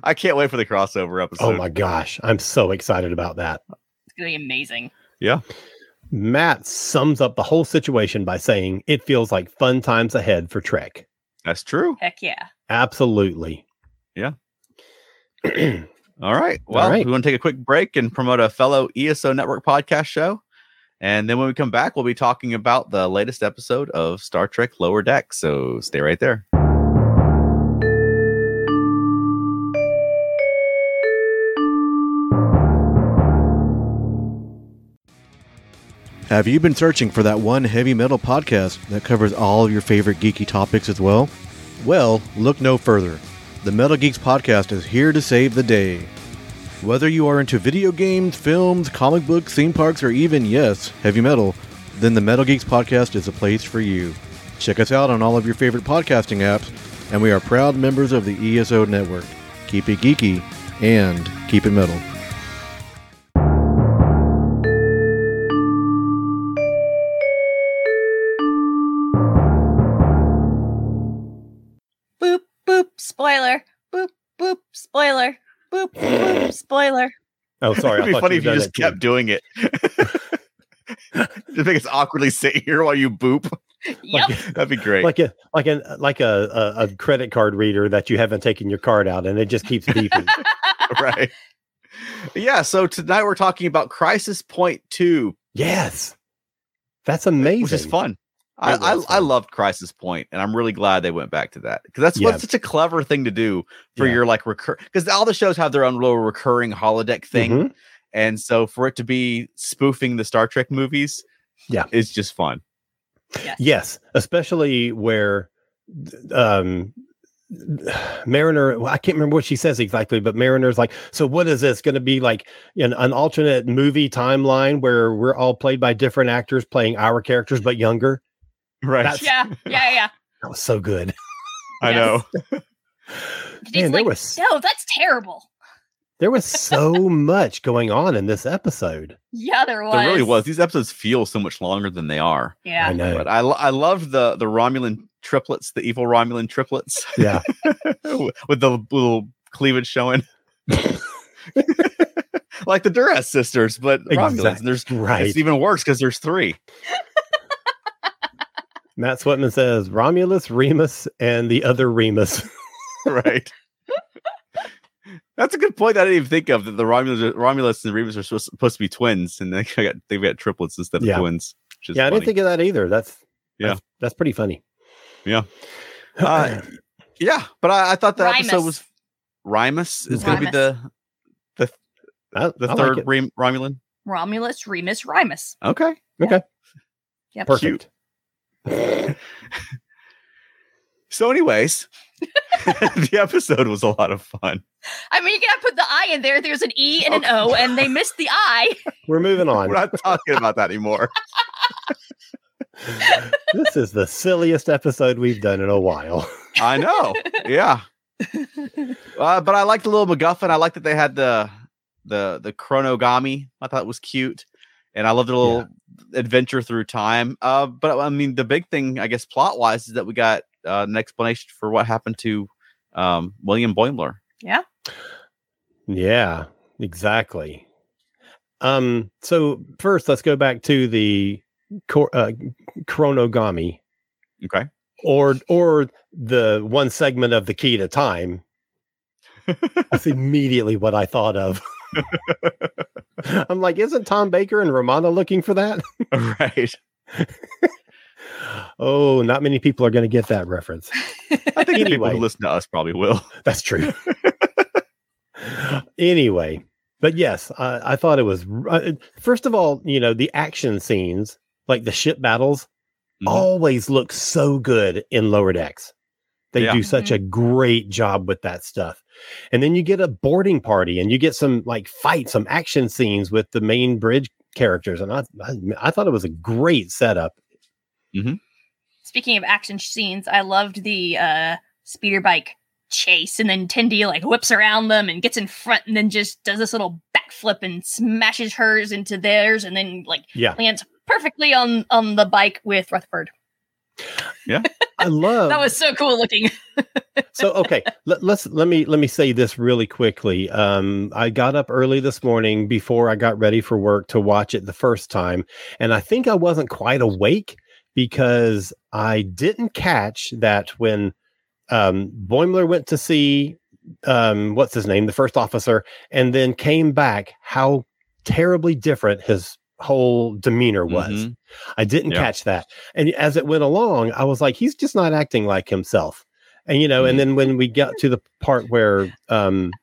S1: I can't wait for the crossover episode.
S2: oh my gosh, I'm so excited about that.
S3: It's gonna be amazing.
S2: Matt sums up the whole situation by saying it feels like fun times ahead for Trek.
S1: That's true.
S3: Heck yeah.
S2: Absolutely.
S1: Yeah.
S2: yeah.
S1: All right. Well,
S2: right.
S1: we want to take a quick break and promote a fellow ESO Network podcast show. And then when we come back, we'll be talking about the latest episode of Star Trek Lower Deck. So stay right there.
S4: Have you been searching for that one heavy metal podcast that covers all of your favorite geeky topics as well? Well, look no further. The Metal Geeks Podcast is here to save the day. Whether you are into video games, films, comic books, theme parks, or even, yes, heavy metal, then the Metal Geeks Podcast is the place for you. Check us out on all of your favorite podcasting apps, and we are proud members of the ESO Network. Keep it geeky and keep it metal.
S3: Boop boop spoiler. Boop boop spoiler. Boop boop spoiler.
S2: Oh, sorry.
S1: It'd be
S2: thought
S1: funny
S2: were
S1: if you
S2: done
S1: just
S2: that too.
S1: kept doing it. just make us awkwardly sit here while you boop.
S3: Yep.
S1: That'd be great.
S2: like a like an like a, a a credit card reader that you haven't taken your card out and it just keeps beeping.
S1: right. Yeah. So tonight we're talking about Crisis Point Two,
S2: yes, that's amazing.
S1: which is fun.
S2: It
S1: I,
S2: was
S1: I, I
S2: fun.
S1: loved Crisis Point, and I'm really glad they went back to that because that's
S2: Yeah.
S1: what's such a clever thing to do for
S2: Yeah.
S1: your like recur because all the shows have their own little recurring holodeck thing,
S2: Mhm.
S1: and so for it to be spoofing the Star Trek movies,
S2: Yeah.
S1: it's just fun.
S2: Yes, especially where um Mariner. well, I can't remember what she says exactly, but Mariner's like, so what is this going to be like an, an alternate movie timeline where we're all played by different actors playing our characters but younger?
S1: Right.
S2: That's-
S3: Yeah. Yeah. Yeah.
S2: That was so good.
S1: I
S3: Yes.
S1: know.
S3: It's
S2: Man, there
S3: like,
S2: was
S3: No, that's terrible.
S2: there was so much going on in this episode.
S3: Yeah, there was.
S1: There really was. These episodes feel so much longer than they are.
S3: Yeah.
S2: I know.
S1: But I lo- I love the the Romulan triplets, the evil Romulan triplets
S2: yeah.
S1: with the little cleavage showing. like the Duras sisters, but Romulans.
S2: Exact-
S1: And there's
S2: Right.
S1: it's even worse because there's three.
S2: Matt Sweatman says Romulus, Remus, and the other Remus.
S1: Right. That's a good point. that I didn't even think of that the Romulus, Romulus and Remus are supposed, supposed to be twins, and they got they've got triplets instead of
S2: Yeah.
S1: twins. Which is
S2: yeah, I
S1: funny.
S2: didn't think of that either. That's
S1: Yeah.
S2: that's, that's pretty funny.
S1: Yeah. Uh, Yeah, but I, I thought that episode
S3: Rhymus.
S1: was Rhymus is going to be
S3: Rhymus.
S1: the
S2: I-
S1: the
S2: I like
S1: third
S2: it.
S1: Rem- Romulan.
S3: Romulus, Remus, Rhymus.
S1: Okay.
S3: Yep.
S2: perfect.
S1: So, anyways, the episode was a lot of fun.
S3: I mean, you gotta put the I in there. There's an E and an O, and they missed the I.
S2: We're moving on.
S1: We're not talking about that anymore.
S2: this is the silliest episode we've done in a while.
S1: I know. Yeah. Uh, but I liked the little MacGuffin. I liked that they had the the the chronogami. I thought it was cute, and I loved the little adventure through time. Uh, but I mean, the big thing, I guess, plot wise, is that we got uh, an explanation for what happened to um, William Boimler.
S2: Yeah, exactly. Um. So first, let's go back to the cor- uh, chronogami,
S1: Okay.
S2: or or the one segment of the key to time. That's immediately what I thought of. I'm like, isn't Tom Baker and Romano looking for that?
S1: right.
S2: Oh, not many people are going to get that reference.
S1: I think the people who
S2: Anyway.
S1: listen to us probably will.
S2: That's true. anyway, but yes, I, I thought it was r- uh, first of all, you know, the action scenes, like the ship battles,
S1: Mhm.
S2: always look so good in lower decks. They
S1: Yeah.
S2: do such
S3: Mm-hmm.
S2: a great job with that stuff. And then you get a boarding party and you get some like fight, some action scenes with the main bridge characters. And I, I, I thought it was a great setup.
S3: Speaking of action scenes, I loved the uh speeder bike chase and then Tindy like whips around them and gets in front and then just does this little backflip and smashes hers into theirs and then like
S2: Yeah.
S3: lands perfectly on on the bike with Rutherford.
S2: I love
S3: That was so cool looking.
S2: so okay let, let's let me let me say this really quickly um i got up early this morning before i got ready for work to watch it the first time and i think i wasn't quite awake because i didn't catch that when um boimler went to see um what's his name the first officer and then came back how terribly different his whole demeanor was
S1: Mhm.
S2: I didn't
S1: Yeah.
S2: catch that. And as it went along, I was like, he's just not acting like himself. And you know, and then when we got to the part where um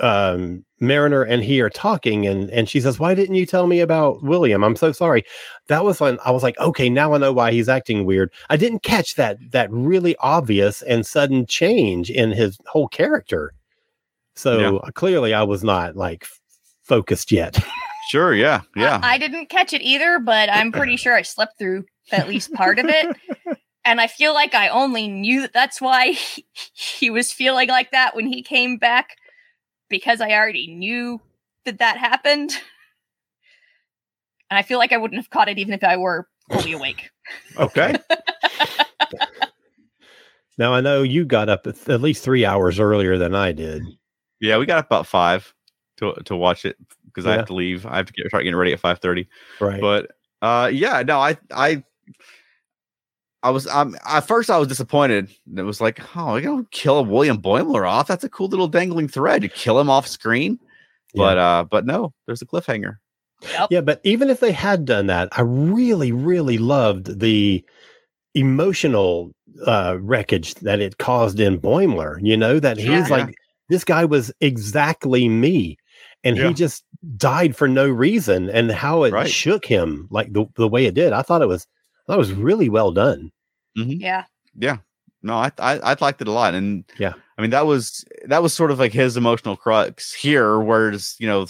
S2: um Mariner and he are talking and and she says, Why didn't you tell me about William? I'm so sorry. That was when I was like, okay, now I know why he's acting weird. I didn't catch that that really obvious and sudden change in his whole character. So uh, clearly I was not like f- focused yet.
S1: Sure. Yeah. Yeah.
S3: I, I didn't catch it either, but I'm pretty sure I slept through at least part of it. And I feel like I only knew that that's why he, he was feeling like that when he came back because I already knew that that happened. And I feel like I wouldn't have caught it even if I were fully awake.
S1: okay.
S2: Now I know you got up at, at least three hours earlier than I did.
S1: yeah, we got up about five to to watch it because I
S2: Yeah.
S1: have to leave. I have to get start getting ready at five thirty.
S2: Right.
S1: But uh, yeah, no, I I I was um at first I was disappointed. It was like, oh, you don't kill William Boimler off. That's a cool little dangling thread. You kill him off screen. But uh, but no, there's a cliffhanger.
S2: yeah, but even if they had done that, I really, really loved the emotional uh wreckage that it caused in Boimler, you know, that he
S3: Sure,
S2: was like this guy was exactly me. And
S1: Yeah.
S2: he just died for no reason and how it
S1: Right.
S2: shook him like the, the way it did. I thought it was that was really well done.
S3: Yeah.
S1: Yeah. No, I, I I liked it a lot, and
S2: Yeah.
S1: I mean that was that was sort of like his emotional crux here, whereas you know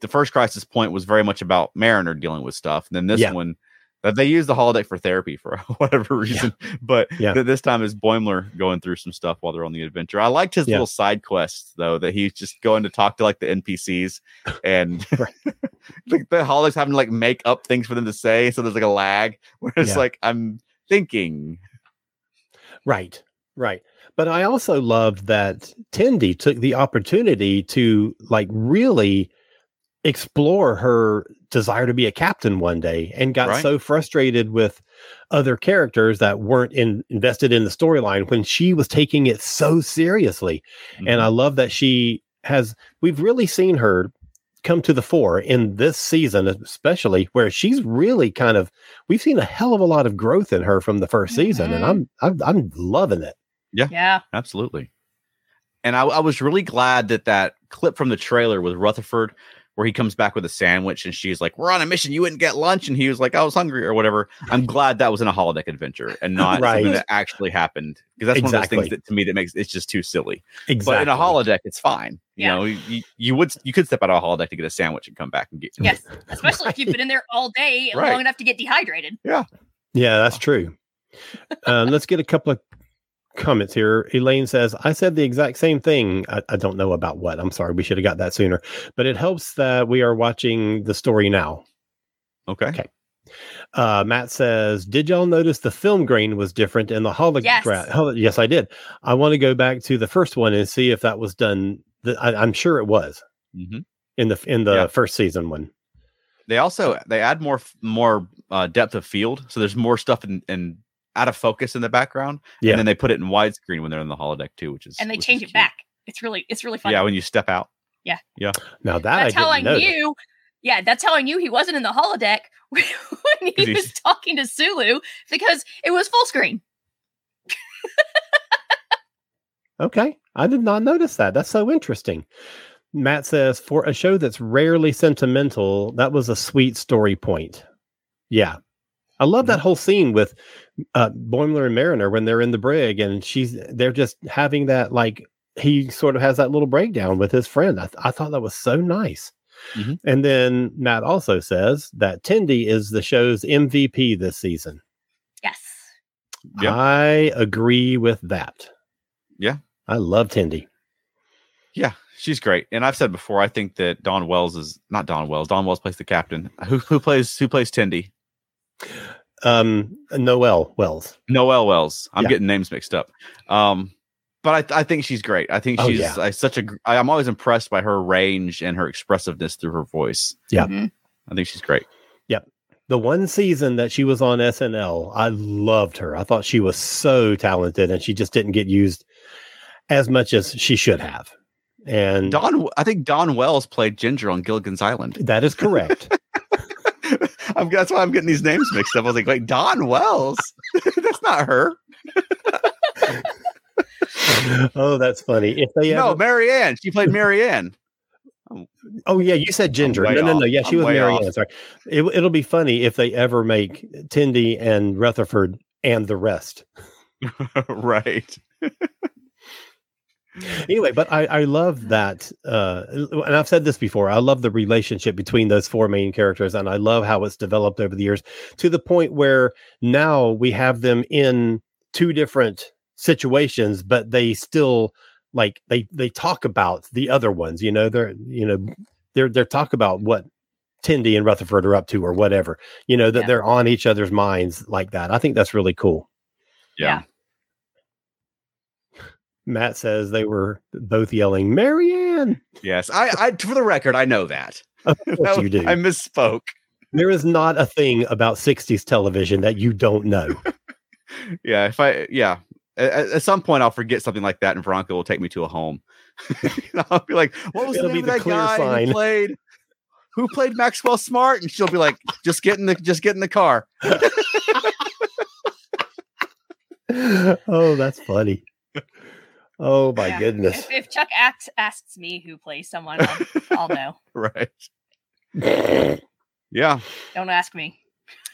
S1: the first crisis point was very much about Mariner dealing with stuff, and then this
S2: Yeah.
S1: one that they used the holodeck for therapy for whatever reason, but
S2: Yeah.
S1: th- this time is Boimler going through some stuff while they're on the adventure. I liked his
S2: Yeah.
S1: little side quests though that he's just going to talk to like the NPCs and
S2: Right.
S1: like the holodecks having to like make up things for them to say, so there's like a lag where it's
S2: Yeah.
S1: like I'm thinking
S2: Right, right. But I also loved that Tindy took the opportunity to like really explore her desire to be a captain one day and got
S1: Right.
S2: so frustrated with other characters that weren't in, invested in the storyline when she was taking it so seriously
S1: Mm-hmm.
S2: and I love that she has. We've really seen her come to the fore in this season, especially where she's really kind of. We've seen a hell of a lot of growth in her from the 1st season, and
S3: Mhm.
S2: I'm, I'm
S1: Mm-hmm.
S2: I'm loving it.
S3: Yeah.
S1: Absolutely. And I, I was really glad that that clip from the trailer with Rutherford, where he comes back with a sandwich and she's like, "We're on a mission. You wouldn't get lunch," and he was like, "I was hungry" or whatever. I'm glad that was in a holodeck adventure and not
S2: Right.
S1: something that actually happened because that's one of those
S2: Exactly.
S1: things that to me that makes it's just too silly.
S2: Exactly.
S1: But in a holodeck, it's fine. You
S3: Yeah.
S1: know, you, you would you could step out of a holodeck to get a sandwich and come back and get
S3: Yes. Especially if you've been in there all day and
S1: Right.
S3: long enough to get dehydrated.
S2: Yeah, that's true. um, let's get a couple of comments here. Elaine says, I said the exact same thing. I, I don't know about what. I'm sorry. We should have got that sooner. But it helps that we are watching the story now.
S1: Okay.
S2: Okay. Uh, Matt says, "Did y'all notice the film grain was different in the hologram?"
S3: Yes.
S2: yes, I did. I want to go back to the first one and see if that was done. th- I, I'm sure it was
S1: hmm
S2: in the in the
S1: Yeah.
S2: first season one.
S1: They also they add more f- more uh, depth of field, so there's more stuff in, in out of focus in the background.
S2: Yeah,
S1: And then they put it in widescreen when they're in the holodeck too, which is
S3: And they
S1: which is
S3: change it
S1: cute.
S3: back. It's really it's really fun.
S1: Yeah, when you step out.
S2: now that
S3: that's
S2: I didn't
S3: how I
S2: notice.
S3: knew. Yeah, that's how I knew he wasn't in the holodeck when he
S1: 'Cause he-
S3: was talking to Sulu because it was full screen.
S2: Okay. I did not notice that. That's so interesting. Matt says, for a show that's rarely sentimental, that was a sweet story point. Yeah. I love
S1: Mm-hmm.
S2: that whole scene with uh, Boimler and Mariner when they're in the brig and she's they're just having that like he sort of has that little breakdown with his friend. I, th- I thought that was so nice.
S1: Mhm.
S2: And then Matt also says that Tendy is the show's MVP this season.
S3: Yes.
S1: Yeah.
S2: I agree with that.
S1: Yeah.
S2: I love Tendy.
S1: Yeah, she's great. And I've said before, I think that Don Wells is not Don Wells. Don Wells plays the captain. Who who plays who plays Tendy?
S2: Um, Noel Wells.
S1: Noel Wells. I'm
S2: Yeah.
S1: getting names mixed up. Um, but I, I think she's great. I think
S2: Oh,
S1: she's
S2: yeah.
S1: uh, such a. gr- I, am always impressed by her range and her expressiveness through her voice.
S2: Yeah.
S3: Mhm.
S1: I think she's great.
S2: The one season that she was on SNL, I loved her. I thought she was so talented and she just didn't get used as much as she should have. And
S1: Don, I think Don Wells played Ginger on Gilligan's Island.
S2: that is correct.
S1: I'm, that's why I'm getting these names mixed up. I was like, wait, Don Wells? that's not her.
S2: oh, that's funny. If they
S1: No,
S2: ever,
S1: Marianne. She played Marianne.
S2: oh yeah, you said Ginger.
S1: way
S2: No, no, no.
S1: off.
S2: Yeah, she
S1: I'm
S2: was
S1: way off.
S2: Marianne. Sorry. It, it'll be funny if they ever make Tindy and Rutherford and the rest.
S1: right.
S2: anyway but i i love that uh and i've said this before i love the relationship between those four main characters and i love how it's developed over the years to the point where now we have them in two different situations but they still like they they talk about the other ones you know they're you know they're they're talk about what Tindy and Rutherford are up to or whatever you know that
S3: Yeah.
S2: they're on each other's minds like that i think that's really cool
S3: Yeah.
S2: matt says they were both yelling marianne
S1: Yes. I, I, for the record, I know that.
S2: Of course you do.
S1: I misspoke.
S2: there is not a thing about 60s television that you don't know.
S1: Yeah, if I yeah, at, at some point I'll forget something like that, and Veronica will take me to a home. And I'll be like, "What was the
S2: It'll
S1: name
S2: be
S1: of
S2: the
S1: that
S2: clear
S1: guy
S2: sign.
S1: who played who played Maxwell Smart?" And she'll be like, "Just get in the just get in the car."
S2: oh, that's funny. Oh my
S3: Yeah.
S2: goodness.
S3: If, if Chuck asks, asks me who plays someone, I'll, I'll know.
S1: Right? Yeah.
S3: Don't ask me.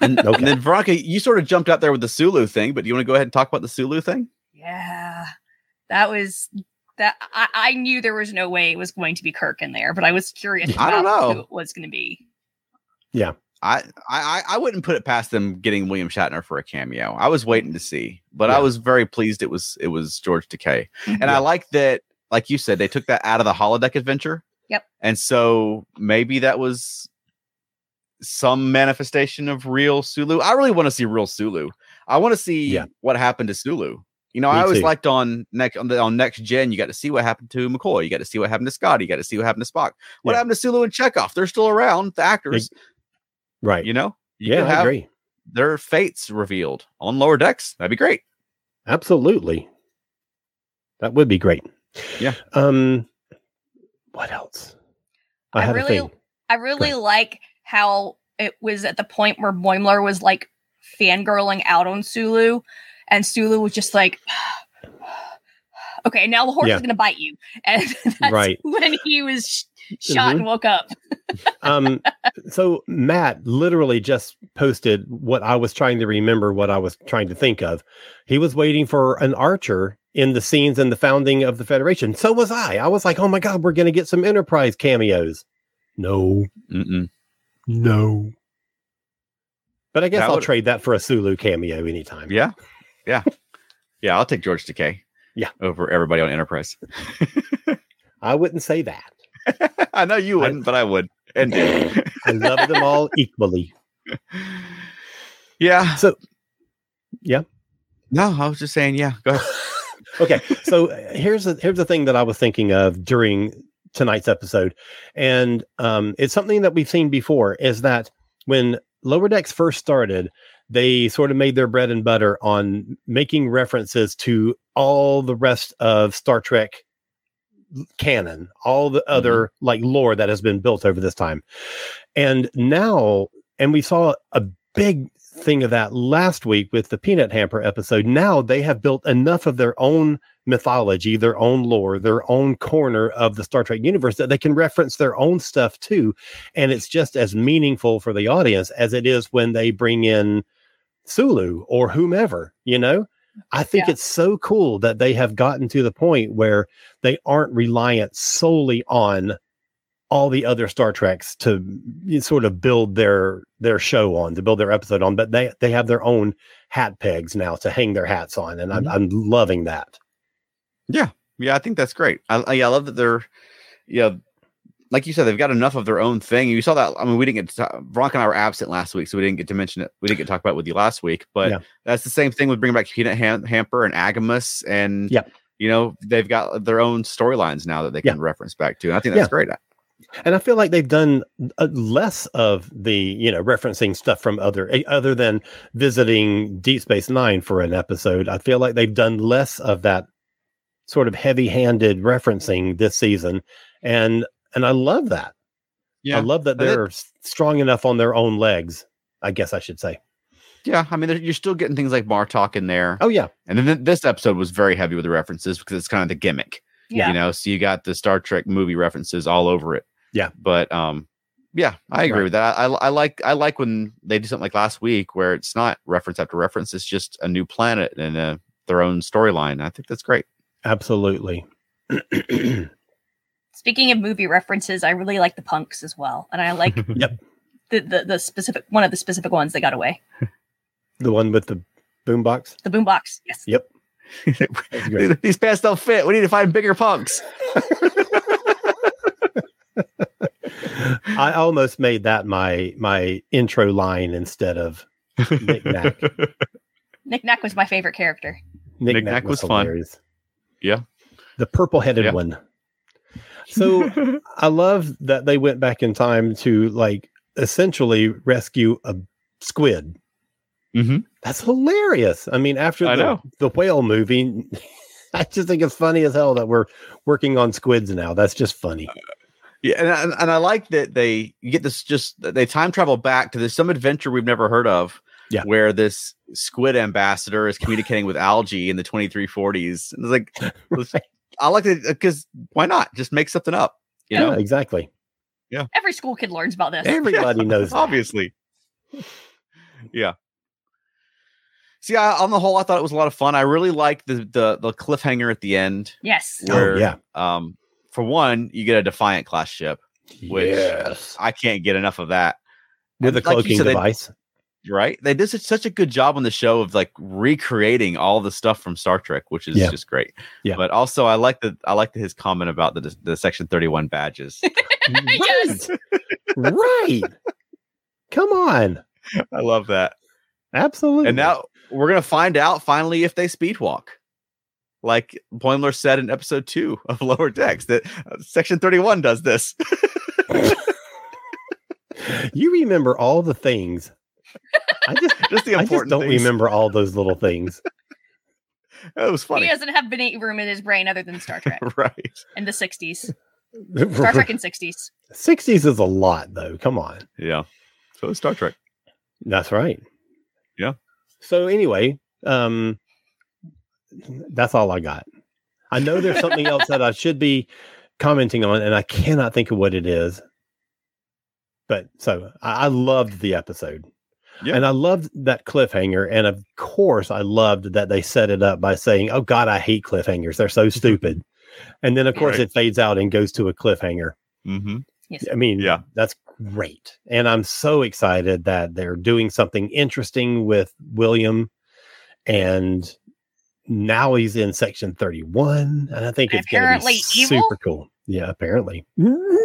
S1: And,
S2: Okay.
S1: and then Veronica, you sort of jumped out there with the Sulu thing, but do you want to go ahead and talk about the Sulu thing?
S3: Yeah. That was that I, I knew there was no way it was going to be Kirk in there, but I was curious
S1: I don't
S3: about who
S1: know.
S3: it was gonna be.
S1: I, I I- I wouldn't put it past them getting William Shatner for a cameo. I was waiting to see, but I
S2: Yeah. Mm-hmm.
S1: was very pleased it was it was George Takei.
S3: Mhm.
S1: And I like that, like you said, they took that out of the holodeck adventure.
S3: Yep.
S1: And so maybe that was some manifestation of real Sulu. I really want to see real Sulu. I want to see
S2: Yeah.
S1: what happened to Sulu. You know,
S2: Me
S1: I always
S2: too.
S1: liked on next on, the, on next gen. You got to see what happened to McCoy. You got to see what happened to Scotty. You got to see what happened to Spock. What
S2: Yeah.
S1: happened to Sulu and Chekhov? They're still around. The actors,
S2: right.
S1: you know, You
S2: yeah,
S1: could
S2: I
S1: have
S2: agree.
S1: Their fates revealed on lower decks. That'd be great.
S2: Absolutely. That would be great.
S1: Yeah.
S2: Um what else? I,
S3: I
S2: had
S3: really-
S2: a thing.
S3: I really like how it was at the point where Boimler was like fangirling out on Sulu, and Sulu was just like, "Okay, now the horse
S2: Yeah.
S3: is going to bite you," and that's
S2: Right.
S3: when he was sh- shot and woke up.
S2: um so matt literally just posted what i was trying to remember what i was trying to think of he was waiting for an archer in the scenes and the founding of the federation so was i i was like oh my god we're gonna get some enterprise cameos no
S1: Mm-mm.
S2: no but i guess
S1: That
S2: i'll
S1: would-
S2: trade that for a sulu cameo anytime
S1: Yeah. Yeah. yeah. I'll take George Takei.
S2: Yeah.
S1: Over everybody on Enterprise.
S2: i wouldn't say that
S1: I know you
S2: I-
S1: wouldn't, but I would. And did.
S2: i love them all equally
S1: yeah.
S2: So- Yeah.
S1: No, I was just saying, yeah. Go ahead.
S2: okay so uh, here's the here's the thing that i was thinking of during tonight's episode and um it's something that we've seen before is that when lower decks first started they sort of made their bread and butter on making references to all the rest of star trek canon all the other like lore that has been built over this time and now and we saw a big thing of that last week with the peanut hamper episode now they have built enough of their own mythology their own lore their own corner of the star trek universe that they can reference their own stuff too and it's just as meaningful for the audience as it is when they bring in Sulu or whomever, you know? I think
S3: Yeah.
S2: it's so cool that they have gotten to the point where they aren't reliant solely on all the other Star Treks to you know, sort of build their their show on, to build their episode on, but they they have their own hat pegs now to hang their hats on, and I'm, I'm loving that.
S1: Yeah, I think that's great. I, I, yeah, I love that they're, yeah, like you said, they've got enough of their own thing. You saw that. I mean, we didn't get to talk, Bronk and I were absent last week, so we didn't get to mention it. We didn't get to talk about it with you last week, but
S2: Yeah.
S1: that's the same thing with bringing back Peanut Ham- Hamper and Agamas, and
S2: Yep.
S1: you know, they've got their own storylines now that they
S2: Yeah.
S1: can reference back to. And I think that's
S2: Yeah.
S1: great.
S2: And I feel like they've done uh, less of the you know referencing stuff from other eh, other than visiting Deep Space Nine for an episode. I feel like they've done less of that sort of heavy-handed referencing this season, and and I love that. I
S1: Yeah.
S2: love that
S1: I think-
S2: they're s- strong enough on their own legs. I guess I should say.
S1: Yeah, I mean, there- you're still getting things like Martok in there,
S2: Oh yeah,
S1: and then th- this episode was very heavy with the references because it's kind of the gimmick.
S3: Yeah.
S1: you know so you got the star trek movie references all over it
S2: Yeah.
S1: but um yeah i agree
S2: Right.
S1: with that I, I I like i like when they do something like last week where it's not reference after reference it's just a new planet and uh their own storyline i think that's great
S2: absolutely.
S3: Speaking of movie references, I really like the punks as well, and I like
S2: Yep.
S3: the, the the specific one of the specific ones that got away.
S2: the one with the boombox.
S3: The boombox, yes.
S2: Yep. That's great.
S1: these pants don't fit we need to find bigger punks
S2: I almost made that my my intro line instead of knick-knack.
S3: Nick Knack was my favorite character.
S2: Knick
S1: Knick-knack
S2: Knack was,
S1: was fun.
S2: hilarious.
S1: Yeah.
S2: The purple headed
S1: Yeah.
S2: one. So I love that they went back in time to like essentially rescue a squid.
S1: Mhm.
S2: That's hilarious. I mean, after
S1: I
S2: the,
S1: know.
S2: the whale movie, I just think it's funny as hell that we're working on squids now. That's just funny.
S1: yeah and, I- and, and i like that they you get this just they time travel back to this some adventure we've never heard of
S2: Yeah.
S1: where this squid ambassador is communicating with algae in the 2340s and it's like I like it because why not? Just make something up. You
S2: Yeah,
S1: know,
S2: exactly.
S3: Every school kid learns about
S2: Eh?
S3: this.
S2: Everybody knows that.
S1: Oh, obviously. yeah. See, I, on the whole, I thought it was a lot of fun. I really liked the the, the cliffhanger at the end,
S3: Yes.
S2: Oh,
S1: where
S2: yeah.
S1: um, for one, you get a Defiant class ship. Which- I can't get enough of that.
S2: With a
S1: Like you
S2: cloaking
S1: said, they-
S2: device.
S1: Right? They did such- such a good job on the show of like recreating all the stuff from Star Trek, which is
S2: Yeah.
S1: just great.
S2: Yeah.
S1: But also, I like the I like his comment about the the Section Thirty One badges.
S3: yes.
S2: right. Come on.
S1: I love that.
S2: Absolutely.
S1: And now we're gonna find out finally if they speedwalk. Like Boimler said in episode two of Lower Decks, that uh, section 31 does this.
S2: you remember all the things. I just,
S1: Just the
S2: I just
S1: important
S2: don't
S1: things.
S2: remember all those little things.
S1: It was
S3: He
S1: funny.
S3: doesn't have any room in his brain other than Star Trek
S1: Right.
S3: in the 60s. Star Trek in 60s.
S2: 60s is a lot, though. Come on.
S1: Yeah. So it's Star Trek.
S2: That's right.
S1: Yeah.
S2: So, anyway, um, that's all I got. I know there's something else that I should be commenting on, and I cannot think of what it is. But so I, I loved the episode.
S1: Yeah.
S2: And I loved that cliffhanger. And of course, I loved that they set it up by saying, Oh God, I hate cliffhangers. They're so stupid. and then, of course,
S1: Right.
S2: it fades out and goes to a cliffhanger.
S1: Mm-hmm.
S2: I mean,
S1: Yeah.
S2: that's great. And I'm so excited that they're doing something interesting with William. And now he's in section 31. And I think it's going to
S3: Apparently
S2: be
S3: evil?
S2: super cool. Yeah, apparently.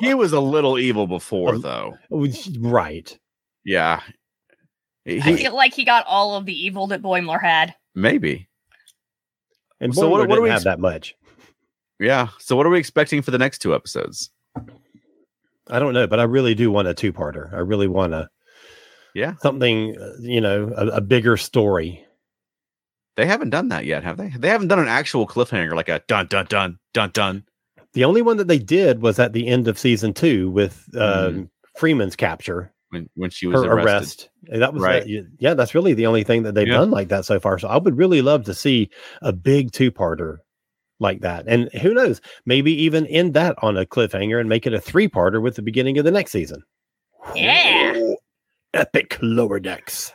S1: He was a little evil before,
S2: Um,
S1: though.
S2: right.
S1: Yeah.
S3: I
S1: He,
S3: feel like he got all of the evil that Boimler had.
S1: maybe.
S2: And
S1: So
S2: so
S1: what-
S2: what,
S1: what do
S2: do
S1: we
S2: we have
S1: ex-
S2: that much?
S1: Yeah. So what are we expecting for the next two episodes?
S2: I don't know, but I really do want a two parter. I really want a
S1: Yeah.
S2: something, uh, you know, a, a bigger story.
S1: They haven't done that yet, have they? They haven't done an actual cliffhanger like a dun dun dun dun dun.
S2: The only one that they did was at the end of season two with um,
S1: Mhm.
S2: Freeman's capture.
S1: When when she was
S2: her
S1: arrested.
S2: arrest. And That was
S1: Right.
S2: the- yeah, that's really the only thing that they've
S1: Yeah.
S2: done like that so far. So I would really love to see a big two parter like that. And who knows, maybe even end that on a cliffhanger and make it a three parter with the beginning of the next season.
S3: Yeah.
S2: Epic lower decks.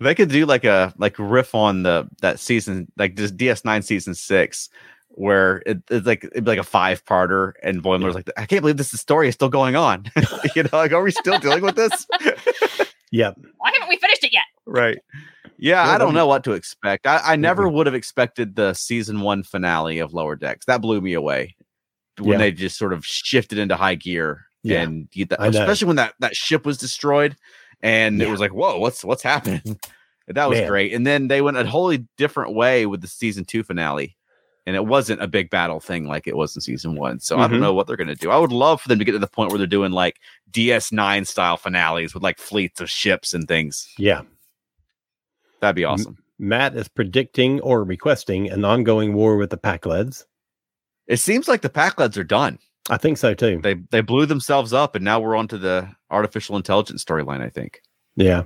S1: They could do like a like riff on the that season, like just DS9 season six, where it, it's like it'd be like a five parter, and Boimler's like, I can't believe this story is still going on. you know, like are we still dealing with this?
S2: Yep.
S3: Why haven't we finished it yet?
S1: right. Yeah,
S4: Yeah,
S1: I don't
S4: that'd
S1: know what to expect. I, I never would have expected the season one finale of Lower Decks. That blew me away when
S2: Yeah.
S1: they just sort of shifted into high gear
S2: Yeah.
S1: and you that,
S2: I know.
S1: especially when that that ship was destroyed and it
S2: Yeah.
S1: was like, whoa, what's what's happening? that was
S2: Man.
S1: great. And then they went a wholly different way with the season two finale. And it wasn't a big battle thing like it was in season one. So I
S2: Mhm.
S1: don't know what they're going to do. I would love for them to get to the point where they're doing like DS9 style finales with like fleets of ships and things.
S2: Yeah.
S1: That'd be awesome.
S2: Matt is predicting or requesting an ongoing war with the Packleds.
S1: It seems like the Packleds are done.
S2: I think so too.
S1: They they blew themselves up, and now we're on to the artificial intelligence storyline. I think.
S2: Yeah.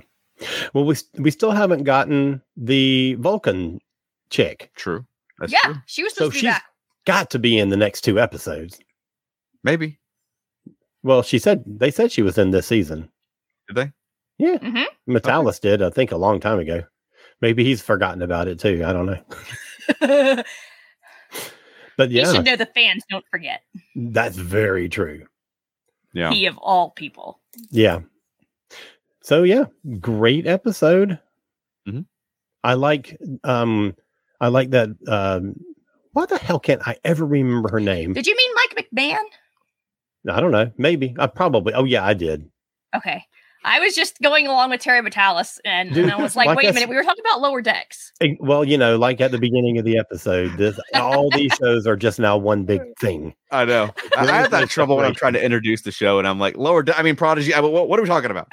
S2: Well, we s- we still haven't gotten the Vulcan chick.
S1: True. That's
S3: yeah,
S1: true.
S3: she was
S2: So
S3: supposed to be
S2: she's-
S3: back.
S2: Got to be in the next two episodes.
S1: Maybe.
S2: Well, she said they said she was in this season.
S1: Did they?
S2: Yeah.
S3: Mhm.
S2: Metalis did, I think, a long time ago. Maybe he's forgotten about it too. I don't know. But
S3: You
S2: yeah,
S3: should know the fans don't forget.
S2: that's very true.
S1: Yeah.
S3: He of all people.
S2: Yeah. So yeah, great episode.
S1: Mhm.
S2: I like um I like that um why the hell can't I ever remember her name?
S3: Did you mean Mike McMahon?
S2: I don't know. Maybe. I probably oh yeah, I did.
S3: Okay. I was just going along with Terry Vitalis and,
S2: Dude,
S3: and I was like,
S2: like
S3: wait
S2: I
S3: a
S2: s-
S3: minute, we were talking about lower decks.
S2: Eh, Well, you know, like at the beginning of the episode, this all these shows are just now one big thing.
S1: I know. I, I have that trouble when I'm trying to introduce the show, and I'm like, lower. De- I mean, prodigy. I, what, what are we talking about?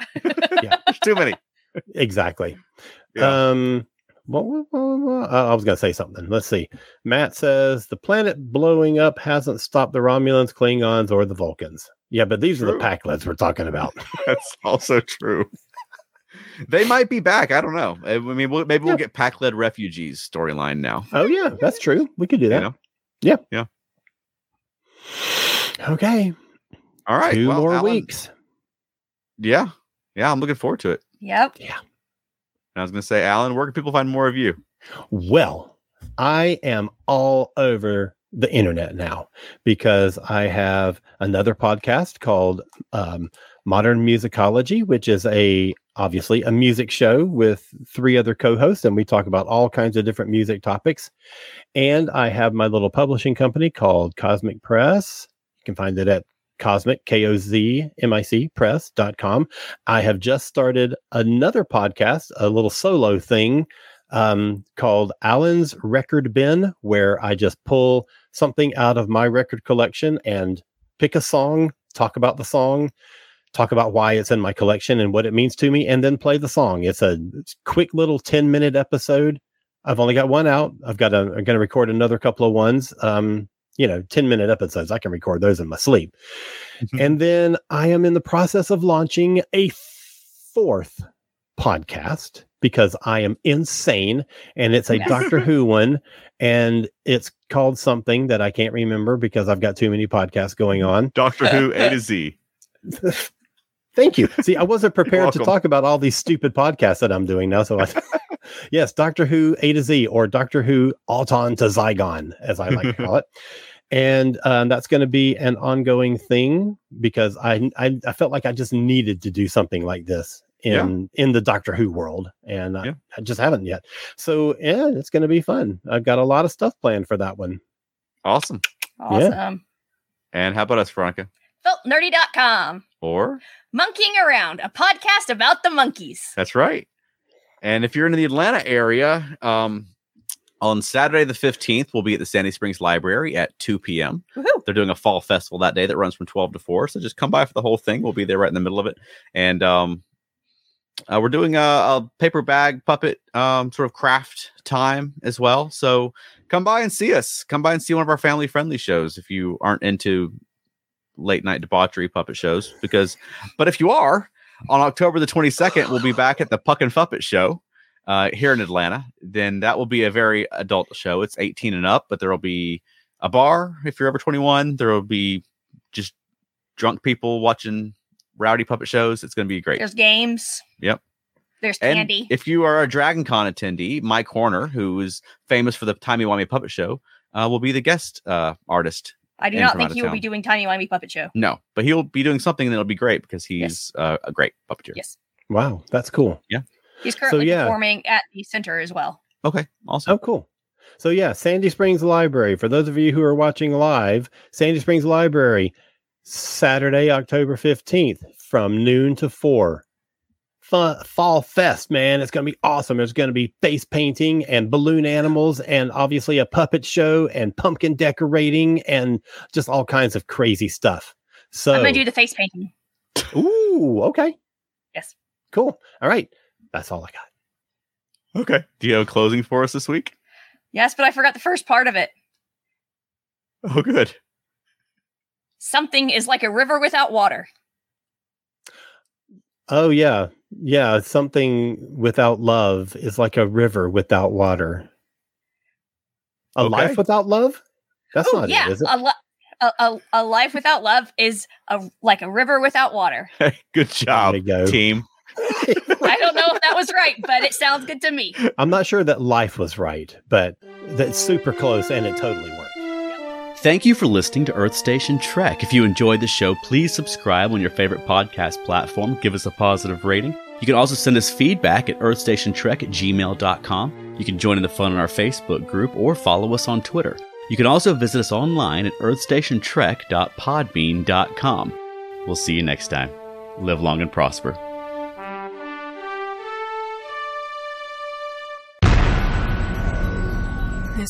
S2: Yeah.
S1: There's Too many.
S2: Exactly.
S1: Yeah.
S2: Um what, what- what- what- I I was going to say something. Let's see. Matt says the planet blowing up hasn't stopped the Romulans, Klingons, or the Vulcans. Yeah, but these are the
S1: True.
S2: Packlets we're talking about.
S1: That's also true. They might be back. I don't know. I mean, we'll, maybe we'll get pack led refugees storyline now.
S2: Oh yeah, that's true. We could do that.
S1: You know.
S2: Okay,
S1: All right.
S2: two
S1: well,
S2: more
S1: Alan,
S2: weeks.
S1: Yeah. Yeah. I'm looking forward to it.
S3: Yep.
S1: And I was going to say, Alan, where can people find more of you?
S2: Well, I am all over the internet now because I have another podcast called um, Modern Musicology, which is a obviously a music show with three other co-hosts, and we talk about all kinds of different music topics. And I have my little publishing company called Cosmic Press. You can find it at cosmic k-o-z-m-i-c press.com i have just started another podcast a little solo thing um, called Alan's Record Bin, where I just pull something out of my record collection and pick a song, talk about the song, talk about why it's in my collection and what it means to me, and then play the song. It's a quick little 10 minute episode. I've only got one out. I've got a, I'm going to record another couple of ones. Um, you know, 10 minute episodes. I can record those in my sleep. and then I am in the process of launching a fourth podcast because I am insane and it's a
S3: Yes.
S2: Doctor Who one and it's called something that I can't remember because I've got too many podcasts going on.
S1: Doctor Who A to Z.
S2: Thank you. See, I wasn't prepared to
S1: welcome.
S2: talk about all these stupid podcasts that I'm doing now. So I yes, Doctor Who A to Z or Doctor Who Alton to Zygon, as I like to call it. And um, that's going to be an ongoing thing because I, I I felt like I just needed to do something like this in in the Doctor Who world, and I,
S1: Yeah.
S2: I just haven't yet. So yeah, it's going to be fun. I've got a lot of stuff planned for that one.
S1: Awesome.
S3: Awesome.
S1: And how about us, Veronica?
S3: FeltNerdy.com.
S1: Or
S3: Monkeying Around, a podcast about the monkeys.
S1: that's right. And if you're in the Atlanta area, um, on Saturday the 15th, we'll be at the Sandy Springs Library at 2 p.m.
S3: Woohoo.
S1: They're doing a fall festival that day that runs from 12 to 4. So just come by for the whole thing. We'll be there right in the middle of it. And um, uh, we're doing a, a paper bag puppet um, sort of craft time as well. So come by and see us. Come by and see one of our family friendly shows if you aren't into late night debauchery puppet shows. Because, but if you are, on October the 22nd, we'll be back at the Puck and Puppet Show uh, here in Atlanta. Then that will be a very adult show. It's 18 and up, but there will be a bar if you're over 21. There will be just drunk people watching rowdy puppet shows. It's going to be great.
S3: There's games. There's
S1: And
S3: candy.
S1: if you are a Dragon Con attendee, Mike Horner, who is famous for the Timey Wimey Puppet Show, uh, will be the guest uh, artist.
S3: I do
S1: and
S3: not
S1: from out
S3: think
S1: of
S3: he will be
S1: town.
S3: doing Tiny Wimey Puppet Show.
S1: No, but he'll be doing something that'll be great because he's
S3: Yes.
S1: uh, a great puppeteer.
S3: Yes.
S2: Wow, that's cool.
S3: He's currently
S2: yeah.
S3: performing at the center as well.
S1: Okay, awesome.
S2: Oh, cool. So yeah, Sandy Springs Library. For those of you who are watching live, Sandy Springs Library, Saturday, October fifteenth, from noon to four. Fun, fall fest, man! It's gonna be awesome. There's gonna be face painting and balloon animals, and obviously a puppet show and pumpkin decorating and just all kinds of crazy stuff. So
S3: I'm going to do the face painting.
S2: ooh, okay,
S3: Yes.
S2: cool. All right, that's all I got.
S1: Oh, Okay. Do you have a closing for us this week?
S3: Yes, but I forgot the first part of it.
S1: Oh, good.
S3: Something is like a river without water.
S2: Oh yeah. Yeah, something without love is like a river without water. A
S1: Okay.
S2: life without love? That's
S3: Oh,
S2: not
S3: yeah.
S2: it, is it?
S3: A, lo- a, a, a life without love is a, like a river without water.
S1: good job,
S2: There you go.
S1: team.
S3: I don't know if that was right, but it sounds good to me.
S2: I'm not sure that life was right, but that's super close and it totally worked.
S5: Thank you for listening to Earth Station Trek. If you enjoyed the show, please subscribe on your favorite podcast platform. Give us a positive rating. You can also send us feedback at earthstationtrek at gmail.com. You can join in the fun on our Facebook group or follow us on Twitter. You can also visit us online at earthstationtrek.podbean.com. We'll see you next time. Live long and prosper.
S6: This